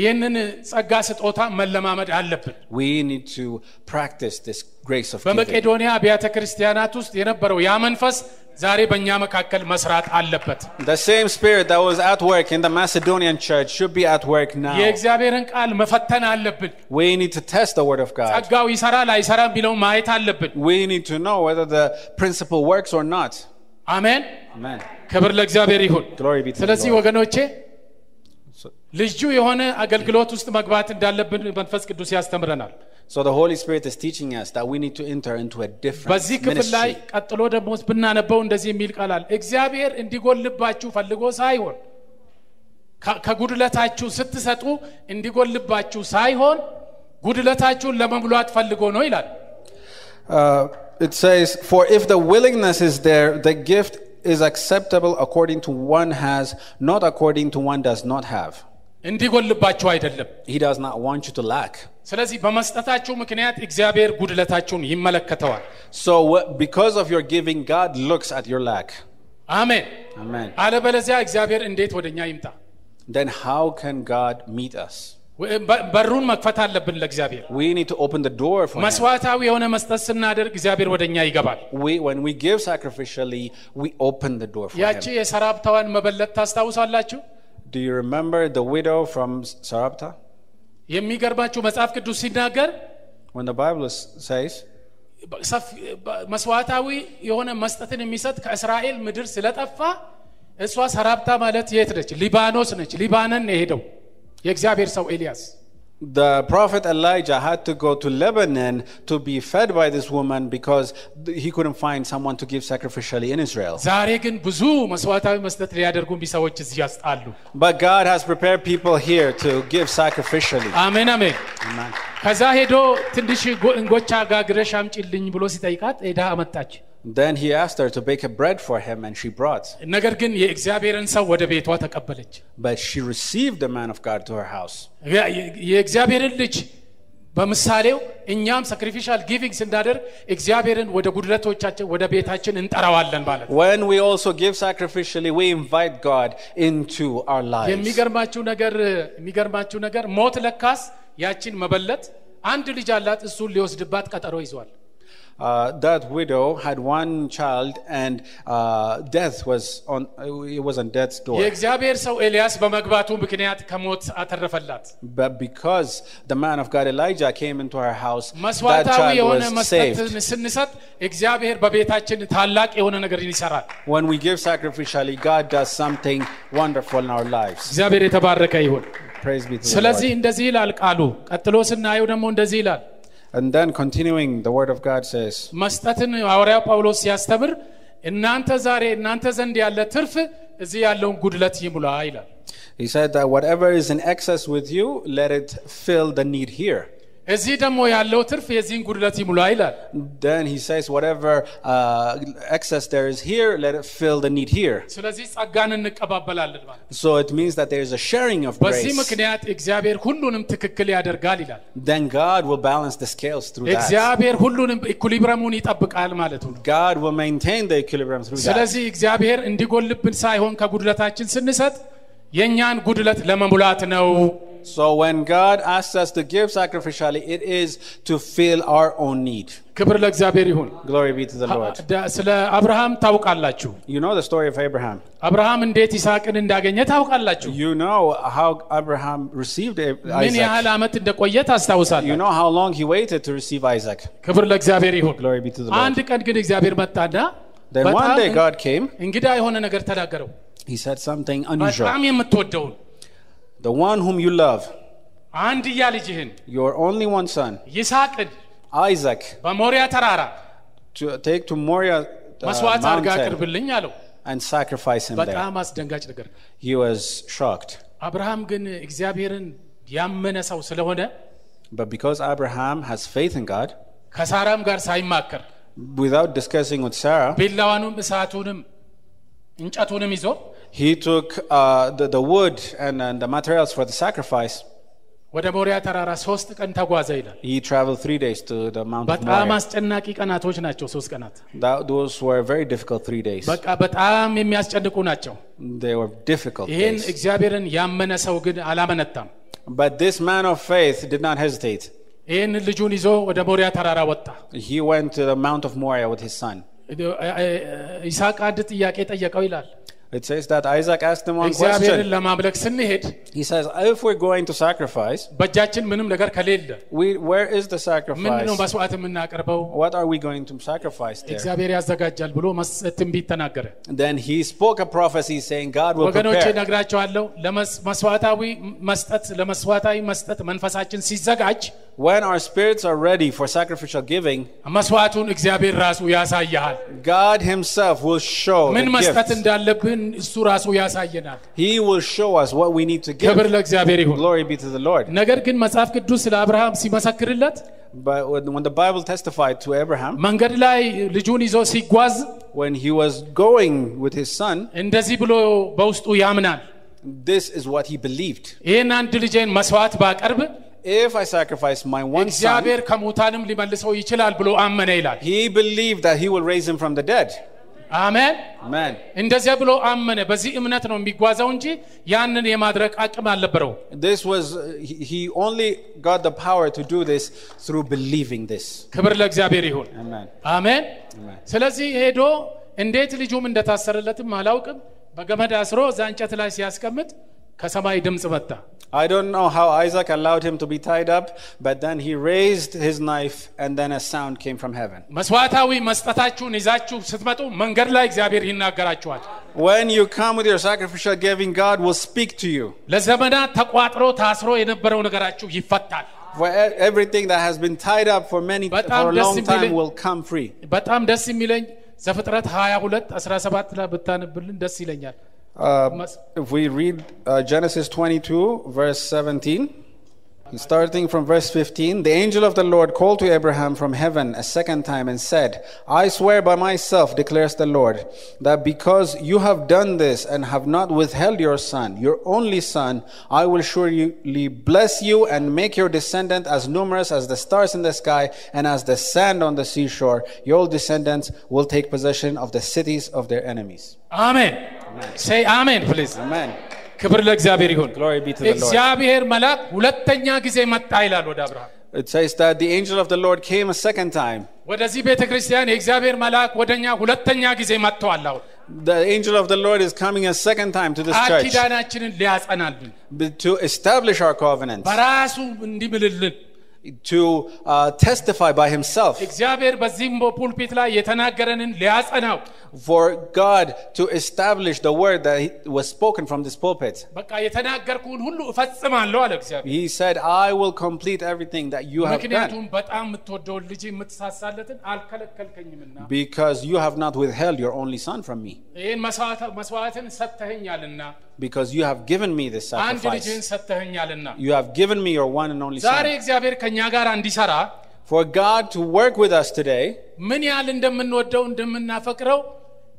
ይህንን ጸጋ ስጦታ መለማመድ አለብን።
We need to practice this grace of giving.
በመቄዶንያ አብያተ ክርስቲያናት ውስጥ የነበረው ያ መንፈስ ዛሬ በእኛ መካከል መስራት አለበት።
The same spirit that was at work in the Macedonian church should be at work now.
የእግዚአብሔርን ቃል መፈተን አለብን።
We need to test the word of God.
ጸጋው ይሰራል አይሰራም ቢለውም ማየት አለብን።
We need to know whether the principle works or not.
አሜን።
Amen.
ክብር ለእግዚአብሔር ይሁን።
Glory be to
ስለዚህ
the Lord.
ወገኖቼ
So,
ልዩ የሆነ አገልግሎት ውስጥ መግባት እንዳለብን መንፈስ ቅዱስ ያስተምረናል።
so the Holy Spirit is teaching us that we need to enter into a different
በዚህ ክፍል ላይ
ministry.
ቀጥሎ ደግሞ ብናነበው እንደዚህ የሚል ቃል አለ። እግዚአብሔር እንዲጎልባችሁ ፈልጎ ሳይሆን ከ- ከጉድለታችሁ ስትሰጡ እንዲጎልባችሁ ሳይሆን ጉድለታችሁን ለመሙላት ፈልጎ ነው ይላል።
Uh, it says, For if the willingness is there, the gift is acceptable according to one has, not according to one does not have.
እንዲጎልባችሁ አይደለም።
He does not want you to lack.
ስለዚህ በመስጠታችሁ ምክንያት እግዚአብሔር ጉድለታችሁን ይመለከተዋል።
So wh- because of your giving, God looks at your lack.
አሜን።
Amen.
አለበለዚያ እግዚአብሔር እንዴት ወደኛ ይምጣ?
Then how can God meet us?
ወ- በ- በሩን መክፈት አለብን ለእግዚአብሔር።
We need to open the door for Him.
መስዋዕታዊ የሆነ መስጠት ስናደርግ እግዚአብሔር ወደኛ ይገባል።
we when we give sacrificially we open the door for
ያቺ
him
የሰራብታዋን መበለት ታስታውሳላችሁ?
do you remember the widow from sarepta
የሚገርማችሁ መጽሐፍ ቅዱስ ሲናገር
when the bible is, says
በ- ሰፊ- በ- መስዋዕታዊ የሆነ መስጠትን የሚሰጥ ከእስራኤል ምድር ስለጠፋ እሷ ሰራብታ ማለት የት ነች? ሊባኖስ ነች። ሊባነን ነው የሄደው የእግዚአብሔር ሰው ኤልያስ
the prophet elijah had to go to lebanon to be fed by this woman because th- he couldn't find someone to give sacrificially in israel
ዛሬ ግን ብዙ መስዋዕታዊ መስጠት ሊያደርጉ እምቢ ሰዎች እዚህ ያስ- አሉ።
but god has prepared people here to give sacrificially
አሜን አሜን።
Amen.
ከዛ ሄዶ ትንሽ ጎ- እንጎቻ ጋግረሽ አምጪልኝ ብሎ ሲጠይቃት ሄዳ አመጣች።
then he asked her to bake a bread for him and she brought
ነገር ግን የእግዚአብሔርን ሰው ወደ ቤቷ ተቀበለች።
but she received the man of god to her house
የ- የ- የእግዚአብሔርን ልጅ በምሳሌው እኛም ሳክሪፊሻል ጊቪንግ ስናደርግ እግዚአብሔርን ወደ ጉድለቶቻችን ወደ ቤታችን እንጠራዋለን ማለት ነው።
when we also give sacrificially we invite god into our lives
የሚገርማችሁ ነገር የሚገርማችሁ ነገር ሞት ለካስ ያችን መበለት አንድ ልጅ አላት። እሱን ሊወስድባት ቀጠሮ ይዟል።
Uh, that widow had one child, and uh, death was on. uh, It was on death's door.
የእግዚአብሔር ሰው ኤልያስ በመግባቱ ምክንያት ከሞት አተረፈላት።
But because the man of God Elijah came into her house, that
መስዋዕታዊ
child
የሆነ
was saved.
መስጠትን ስንሰጥ እግዚአብሔር በቤታችን ታላቅ የሆነ ነገር ይሰራል።
When we give sacrificially, God does something wonderful in our lives.
እግዚአብሔር የተባረከ ይሁን።
Praise be to the
ስለዚህ
Lord.
እንደዚህ ይላል ቃሉ። ቀጥሎ ስናየው ደግሞ እንደዚህ ይላል።
And then continuing, the Word of God says,
መስጠትን ሐዋርያው ጳውሎስ ሲያስተምር እናንተ ዛሬ እናንተ ዘንድ ያለ ትርፍ እዚህ ያለውን ጉድለት ይሙላ ይላል።
He said that whatever is in excess with you, let it fill the need here.
እዚህ ደግሞ ያለው ትርፍ የዚህን ጉድለት ይሙላ ይላል።
Then he says, whatever uh, excess there is here, let it fill the need here.
ስለዚህ ጸጋን እንቀባበላለን ማለት ነው።
So it means that there is a sharing of
በዚህ
grace.
ምክንያት እግዚአብሔር ሁሉንም ትክክል ያደርጋል ይላል።
Then God will balance the scales through that.
እግዚአብሔር ሁሉንም ኢኩሊብረሙን ይጠብቃል ማለቱ ነው።
God will maintain the equilibrium through that.
ስለዚህ እግዚአብሔር እንዲጎልብን ሳይሆን ከጉድለታችን ስንሰጥ የእኛን ጉድለት ለመሙላት ነው።
So when God asks us to give sacrificially, it is to fill our own need.
ክብር ለእግዚአብሔር ይሁን።
Glory be to the Lord.
ዳ- ስለ አብርሃም ታውቃላችሁ።
You know the story of Abraham.
አብርሃም እንዴት ይስሐቅን እንዳገኘ ታውቃላችሁ።
You know how Abraham received Ab-
ምን ያህል
Isaac.
ዓመት እንደቆየ
You
ታስታውሳለህ።
know how long he waited to receive Isaac.
ክብር ለእግዚአብሔር ይሁን።
Glory be to the Lord.
አንድ ቀን ግን እግዚአብሔር መጣና
Then one
በጣም
day God came.
እንግዳ የሆነ ነገር ተናገረው።
He said something unusual.
በጣም የምትወደውን
The one whom you love,
አንድያ ልጅህን
your only one son,
ይስሐቅን
Isaac,
በሞሪያ ተራራ
to take to Moriah uh,
መስዋዕት አድርጋ
mountain
አቅርብልኝ አለው።
and sacrifice him there.
በጣም አስደንጋጭ ነገር ነው።
He was shocked.
አብርሃም ግን እግዚአብሔርን ያመነ ሰው ስለሆነ
But because Abraham has faith in God,
ከሳራም ጋር ሳይማከር
without discussing with Sarah,
ቢላዋኑም እሳቱንም እንጨቱንም ይዞ
he took uh, the, the wood and, and the materials for the sacrifice.
ወደ ሞሪያ ተራራ ሶስት ቀን ተጓዘ ይላል።
He traveled three days to the Mount of
በጣም
Moriah.
አስጨናቂ ቀናቶች ናቸው። ሶስት ቀናት
That, those were very difficult three days.
በቃ በጣም የሚያስጨንቁ ናቸው።
They were difficult
ይህን
days.
እግዚአብሔርን ያመነ ሰው ግን አላመነታም።
But this man of faith did not hesitate.
ይህን ልጁን ይዞ ወደ ሞሪያ ተራራ ወጣ።
He went to the Mount of Moriah with his son.
ይስሐቅ አንድ ጥያቄ ጠየቀው ይላል።
It says that Isaac asked him one
እግዚአብሔርን
question.
ለማምለክ ስንሄድ
He says, If we're going to sacrifice,
በእጃችን ምንም ነገር ከሌለ
we, where is the
ምንድን ነው
sacrifice?
መስዋዕት የምናቀርበው?
What are we going to sacrifice there?
እግዚአብሔር ያዘጋጃል ብሎ መስ- ትንቢት ተናገረ።
Then he spoke a prophecy saying, God will
ወገኖቼ
prepare.
ነግራቸዋለሁ፣ ለመስ- መስዋዕታዊ መስጠት ለመስዋዕታዊ መስጠት መንፈሳችን ሲዘጋጅ
When our spirits are ready for sacrificial giving,
መስዋዕቱን እግዚአብሔር ራሱ ያሳይሃል።
God Himself will show
ምን መስጠት
the gift.
እንዳለብን እሱ ራሱ ያሳየናል።
He will show us what we need to
ክብር
give.
ለእግዚአብሔር ይሁን።
Glory be to the Lord.
ነገር ግን መጽሐፍ ቅዱስ ስለ አብርሃም ሲመሰክርለት
But when when the Bible testified to Abraham,
መንገድ ላይ ልጁን ይዞ ሲጓዝ
when he was going with his son,
እንደዚህ ብሎ በውስጡ ያምናል።
this is what he believed.
ይህን አንድ ልጄን መስዋዕት ባቀርብ
If I sacrifice my one son,
እግዚአብሔር ከሙታንም ሊመልሰው ይችላል ብሎ አመነ ይላል።
he believed that he will raise him from the dead.
አሜን።
Amen.
እንደዚያ ብሎ አመነ። በዚህ እምነት ነው የሚጓዘው እንጂ ያንን የማድረግ አቅም አልነበረው።
This was, uh, he he only got the power to do this through believing this.
ክብር ለእግዚአብሔር ይሁን።
Amen.
አሜን።
Amen.
ስለዚህ ሄዶ እንዴት ልጁም እንደታሰረለትም አላውቅም፣ በገመድ አስሮ እዛ እንጨት ላይ ሲያስቀምጥ ከሰማይ ድምፅ መጣ።
I don't know how Isaac allowed him to be tied up, but then he raised his knife and then a sound came from heaven.
መስዋዕታዊ መስጠታችሁን ይዛችሁ ስትመጡ መንገድ ላይ እግዚአብሔር ይናገራችኋል።
When you come with your sacrificial giving, God will speak to you.
ለዘመናት ተቋጥሮ ታስሮ የነበረው ነገራችሁ ይፈታል።
For e- everything that has been tied up for many for
But
a
I'm just
long time
simply-
will come free.
በጣም ደስ የሚለኝ ዘፍጥረት 22 17 ላይ ብታነብልን ደስ ይለኛል።
Uh,
Mas-
if we read uh, Genesis 22, verse 17, starting from verse 15, the angel of the Lord called to Abraham from heaven a second time and said, I swear by myself, declares the Lord, that because you have done this and have not withheld your son, your only son, I will surely bless you and make your descendant as numerous as the stars in the sky and as the sand on the seashore. Your descendants will take possession of the cities of their enemies.
አሜን ሴይ አሜን ፕሊዝ።
Amen.
ክብር ለእግዚአብሔር ይሁን።
Glory be to the Lord.
እግዚአብሔር መልአክ ሁለተኛ ጊዜ መጣ ይላል ወደ አብርሃም።
It says that the angel of the Lord came a second time.
ወደዚህ ቤተ ክርስቲያን የእግዚአብሔር መልአክ ወደኛ ሁለተኛ ጊዜ መጥተዋል። አሁን
The angel of the Lord is coming a second time to this
ቃል
church
ኪዳናችንን ሊያጸናልን
b- to establish our covenant,
በራሱ እንዲምልልን
to uh, testify by himself,
እግዚአብሔር በዚህም ፑልፒት ላይ የተናገረንን ሊያጸናው
for God to establish the word that he- was spoken from this pulpit.
በቃ የተናገርኩውን ሁሉ እፈጽማለሁ አለ እግዚአብሔር።
He said, I will complete everything that you have
ምክንያቱም
done
በጣም የምትወደውን ልጅ የምትሳሳለትን አልከለከልከኝምና
because you have not withheld your only son from me,
ይህን መስዋዕት- መስዋዕትን ሰጥተኸኛልና
because you have given me this
አንድ ልጅህን
sacrifice.
ሰጥተኸኛልና
You have given me your one and only
ዛሬ
son.
እግዚአብሔር ከኛ ጋር እንዲሰራ
For God to work with us today,
ምን ያህል እንደምንወደው እንደምናፈቅረው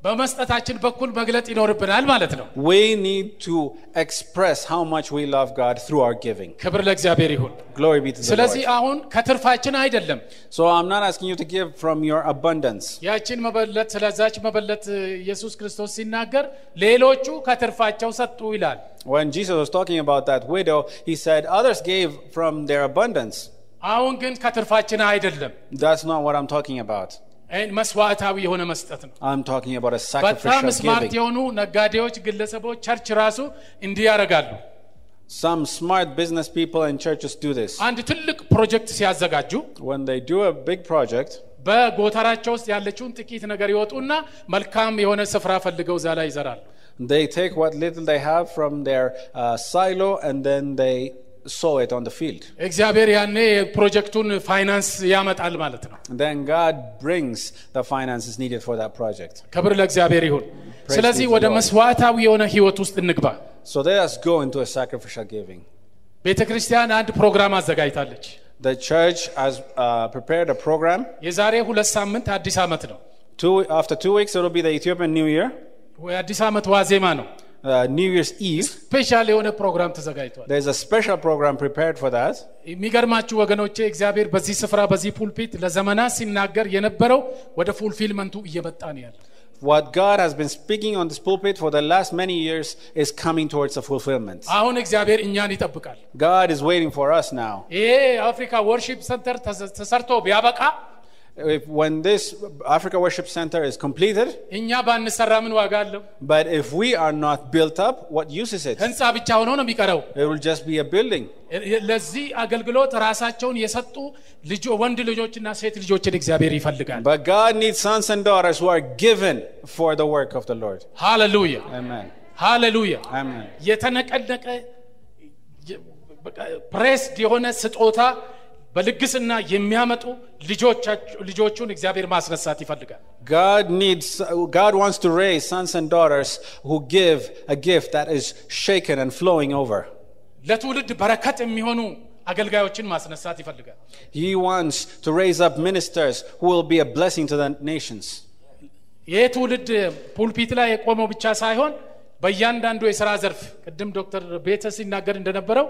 በመስጠታችን በኩል መግለጥ ይኖርብናል ማለት ነው።
We need to express how much we love God through our giving.
ክብር ለእግዚአብሔር ይሁን።
Glory be to the
ስለዚህ
Lord.
አሁን ከትርፋችን አይደለም
So I'm not asking you to give from your abundance.
ያችን መበለት ስለዛች መበለት እ, ኢየሱስ ክርስቶስ ሲናገር ሌሎቹ ከትርፋቸው ሰጡ ይላል።
When Jesus was talking about that widow, he said, Others gave from their abundance.
አሁን ግን ከትርፋችን አይደለም።
That's not what I'm talking about.
እ፣ መስዋዕታዊ የሆነ መስጠት ነው።
I'm talking about a
በጣም
sacrificial
ስማርት
giving.
የሆኑ ነጋዴዎች፣ ግለሰቦች፣ ቸርች ራሱ እንዲህ ያደርጋሉ።
Some smart business people and churches do this.
አንድ ትልቅ ፕሮጀክት ሲያዘጋጁ
When they do a big project,
በጎተራቸው ውስጥ ያለችውን ጥቂት ነገር ይወጡና መልካም የሆነ ስፍራ ፈልገው እዛ ላይ ይዘራሉ።
they take what little they have from their uh, silo and then they sow it on the field.
እግዚአብሔር ያኔ የፕሮጀክቱን ፋይናንስ ያመጣል ማለት ነው።
And then God brings the finances needed for that project.
ክብር ለእግዚአብሔር ይሁን። ስለዚህ
be to
ወደ
God.
መስዋዕታዊ የሆነ ህይወት ውስጥ እንግባ።
So let us go into a sacrificial giving.
ቤተ ክርስቲያን አንድ ፕሮግራም አዘጋጅታለች።
The church has uh, prepared a program.
የዛሬ ሁለት ሳምንት አዲስ ዓመት ነው።
Two, after two weeks, it'll be the Ethiopian New Year,
የአዲስ ዓመት ዋዜማ ነው።
uh, New Year's Eve.
ስፔሻል የሆነ ፕሮግራም ተዘጋጅቷል።
There's a special program prepared for that.
የሚገርማችሁ ወገኖቼ እግዚአብሔር በዚህ ስፍራ በዚህ ፑልፒት ለዘመናት ሲናገር የነበረው ወደ ፉልፊልመንቱ እየመጣ ነው ያለው።
What God has been speaking on this pulpit for the last many years is coming towards a fulfillment.
አሁን እግዚአብሔር እኛን ይጠብቃል።
God is waiting for us now.
ይሄ አፍሪካ ወርሺፕ ሰንተር ተዘ- ተሰርቶ ቢያበቃ
If, when this Africa Worship Center is completed,
እኛ ባንሰራ ምን ዋጋ አለው?
but if we are not built up, what use is it?
ህንፃ ብቻ ሆኖ ነው የሚቀረው።
It will just be a building.
ለዚህ አገልግሎት ራሳቸውን የሰጡ ልጆ- ወንድ ልጆችና ሴት ልጆችን እግዚአብሔር ይፈልጋል።
But God needs sons and daughters who are given for the work of the Lord.
ሃሌሉያ
Amen.
ሃሌሉያ።
Amen.
የተነቀነቀ የ- በቃ ፕሬስድ የሆነ ስጦታ በልግስና የሚያመጡ ልጆቻቸው- ልጆቹን እግዚአብሔር ማስነሳት ይፈልጋል።
God needs God wants to raise sons and daughters who give a gift that is shaken and flowing over.
ለትውልድ በረከት የሚሆኑ አገልጋዮችን ማስነሳት ይፈልጋል።
He wants to raise up ministers who will be a blessing to the nations.
ይህ ትውልድ ፑልፒት ላይ የቆመው ብቻ ሳይሆን በእያንዳንዱ የስራ ዘርፍ ቅድም ዶክተር ቤተ ሲናገር እንደነበረው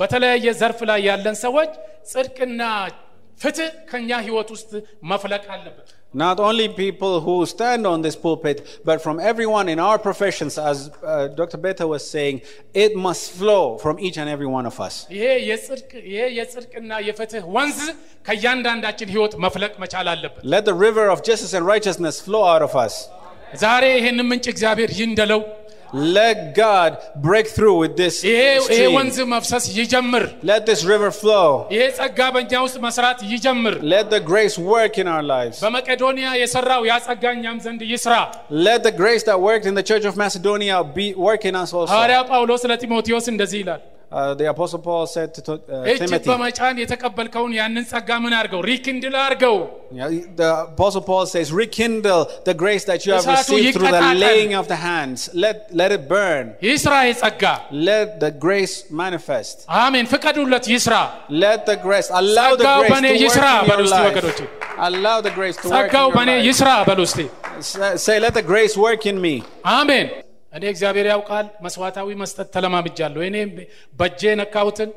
በተለያየ ዘርፍ ላይ ያለን ሰዎች ጽድቅና ፍትህ ከኛ ህይወት ውስጥ መፍለቅ አለበት።
Not only people who stand on this pulpit, but from everyone in our professions, as uh, Dr. Beta was saying, it must flow from each and every one of us.
ይሄ የጽድቅ ይሄ የጽድቅና የፍትህ ወንዝ ከእያንዳንዳችን ህይወት መፍለቅ መቻል አለበት።
Let the river of justice and righteousness flow out of us.
ዛሬ ይህን ምንጭ እግዚአብሔር ይንደለው።
Let God break through with this
ይሄ ይሄ
stream.
ወንዝ መፍሰስ ይጀምር።
Let this river flow.
ይሄ ጸጋ በእኛ ውስጥ መስራት ይጀምር።
Let the grace work in our lives.
በመቄዶንያ የሰራው ያ ጸጋ እኛም ዘንድ ይስራ።
Let the grace that worked in the church of Macedonia be work in us
ሐዋርያ
also.
ጳውሎስ ለጢሞቴዎስ እንደዚህ ይላል፣
Uh, the apostle Paul said to uh,
እጅ
Timothy.
በመጫን የተቀበልከውን ያንን ጸጋ ምን አድርገው? ሪክንድል አድርገው፣
Yeah, the apostle Paul says, rekindle the grace that you have
እሳቱ
received through the
ይቀጣጠል."
laying of the hands. Let let it burn.
ይስራ የጸጋ
Let the grace manifest.
አሜን። ፍቀዱለት ይስራ።
Let the grace allow the
ጸጋው
grace
በእኔ
to
ይስራ
work in your
በሉ እስቲ
life.
ወገኖቼ።
Allow the grace to work
ጸጋው
in
በእኔ
your life.
ይስራ በሉ እስቲ
Sa- Say, let the grace work in me.
አሜን። እኔ እግዚአብሔር ያውቃል መስዋዕታዊ መስጠት ተለማምጃለሁ። እኔ በእጄ የነካሁትን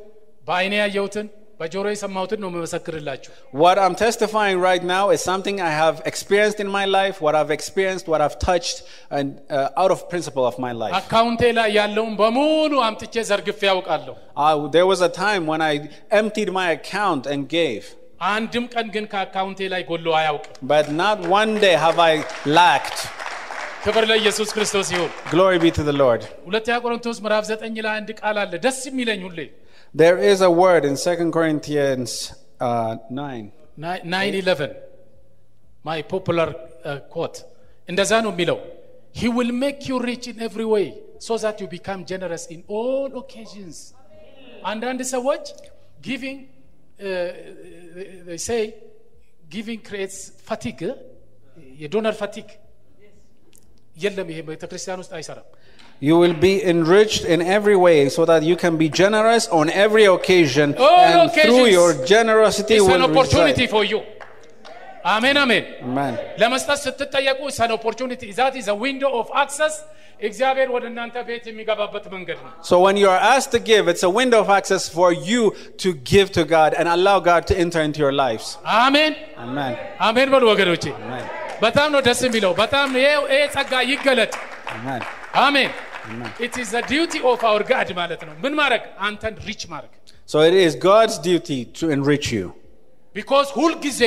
በአይኔ ያየሁትን በጆሮ የሰማሁትን ነው የምመሰክርላችሁ።
What I'm testifying right now is something I have experienced in my life, what I've experienced, what I've touched, and uh, out of principle of my life.
አካውንቴ ላይ ያለውን በሙሉ አምጥቼ ዘርግፌ ያውቃለሁ።
I, Uh, there was a time when I emptied my account and gave,
አንድም ቀን ግን ከአካውንቴ ላይ ጎሎ አያውቅም።
but not one day have I lacked.
ክብር ለኢየሱስ ክርስቶስ ይሁን።
Glory be to the Lord.
ሁለተኛ ቆሮንቶስ ምዕራፍ ዘጠኝ ላይ አንድ ቃል አለ ደስ የሚለኝ ሁሌ
There is a word in 2 Corinthians uh, 9.
ናይን ኢለቨን ማይ ፖፑላር
uh,
ኮት እንደዛ ነው የሚለው ሂ ዊል ሜክ ዩ ሪች ኢን ኤቭሪ ዌይ ሶ ዛት ዩ ቢካም ጀነረስ ኢን ኦል ኦኬዥንስ አንዳንድ ሰዎች ጊቪንግ
uh,
ሴይ ጊቪንግ ክሬትስ ፋቲግ የዶነር ፋቲግ የለም ይሄ ቤተክርስቲያን ውስጥ አይሰራም
You will be enriched in every way so that you can be generous on every occasion,
All
and through
occasions.
your generosity
ኢትስ አን
will reside-
ኦፖርቹኒቲ ፎር ዩ አሜን አሜን።
Amen.
ለመስጠት ስትጠየቁ ሰን ኦፖርቹኒቲ ዛት ዘ ዊንዶ ኦፍ አክሰስ እግዚአብሔር ወደ እናንተ ቤት የሚገባበት መንገድ ነው።
So when you are asked to give, it's a window of access for you to give to God and allow God to enter into your lives.
አሜን
Amen.
አሜን በሉ ወገኖቼ።
Amen.
በጣም ነው ደስ የሚለው። በጣም ነው ይሄ ይሄ ጸጋ ይገለጥ።
Amen.
አሜን ኢት ኢዝ ዘ ዲዩቲ ኦፍ አወር ጋድ ማለት ነው። ምን ማድረግ አንተን ሪች ማድረግ
So it is God's duty to enrich you
ቢኮዝ ሁልጊዜ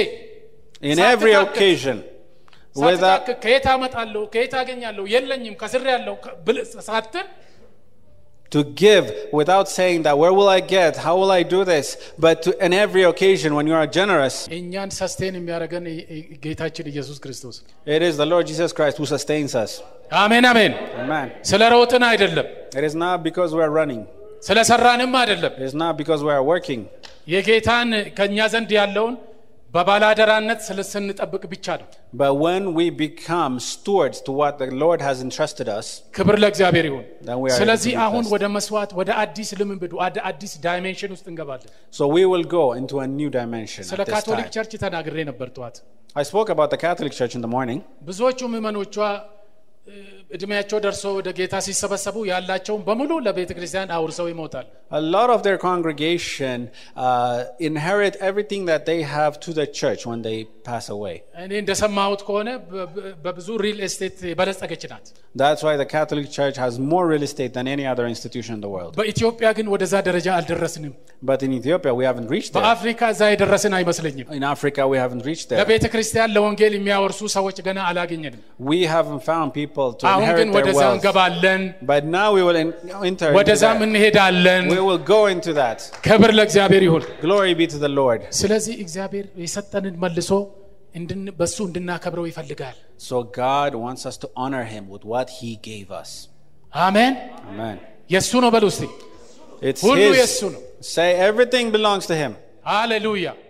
in every occasion.
ሳትታክ
Whether
ከየት አመጣለሁ ከየት አገኛለሁ የለኝም ከስር ያለው ሳትን
to give without saying that, where will I get? How will I do this? But to, in every occasion, when you are generous,
እኛን ሰስቴን የሚያደርገን ይ- ይ- ጌታችን ኢየሱስ ክርስቶስ ነው።
it is the Lord Jesus Christ who sustains us.
አሜን አሜን።
Amen.
ስለ ሮጥን አይደለም፣
It is not because we are running,
ስለ ሰራንም አይደለም።
it is not because we are working.
የጌታን ከእኛ ዘንድ ያለውን በባላደራነት ስለ- ስንጠብቅ ብቻ ነው።
But when we become stewards to what the Lord has entrusted us,
ክብር ለእግዚአብሔር ይሁን።
Then we are
ስለዚህ
able to be
አሁን
blessed.
ወደ መስዋዕት ወደ አዲስ ልምምድ ወደ አዲስ ዳይሜንሽን ውስጥ እንገባለን።
so we will go into a new dimension.
ስለ
At this
ካቶሊክ
time.
ቸርች ተናግሬ ነበር ጠዋት።
I spoke about the Catholic Church in the morning.
ብዙዎቹ ምዕመኖቿ እ፣ እድሜያቸው ደርሶ ወደ ጌታ ሲሰበሰቡ ያላቸውን በሙሉ ለቤተ ክርስቲያን አውርሰው ይሞታል።
A lot of their congregation uh, inherit everything that they have to the church when they pass away.
እኔ እንደሰማሁት ከሆነ በ- በ- በብዙ ሪል ኤስቴት የበለጸገች ናት።
That's why the Catholic Church has more real estate than any other institution in the world.
በኢትዮጵያ ግን ወደዛ ደረጃ አልደረስንም።
But in Ethiopia, we haven't reached there.
በአፍሪካ እዛ የደረስን አይመስለኝም።
In Africa, we haven't reached there.
ለቤተ ክርስቲያን ለወንጌል የሚያወርሱ ሰዎች ገና አላገኘንም።
We haven't found people to
አሁን ግን
inherit their
ወደዛ
wealth.
እንገባለን፣
But now we will en- enter into
ወደዛም
that.
እንሄዳለን።
We will go into that.
ክብር ለእግዚአብሔር ይሁን።
Glory be to the Lord.
ስለዚህ እግዚአብሔር የሰጠንን መልሶ እንድን- በእሱ እንድናከብረው ይፈልጋል።
So God wants us to honor Him with what He gave us.
አሜን።
Amen.
የእሱ ነው በሉ እስቲ
It's
ሁሉ
His.
የእሱ ነው።
Say everything belongs to Him.
ሃሌሉያ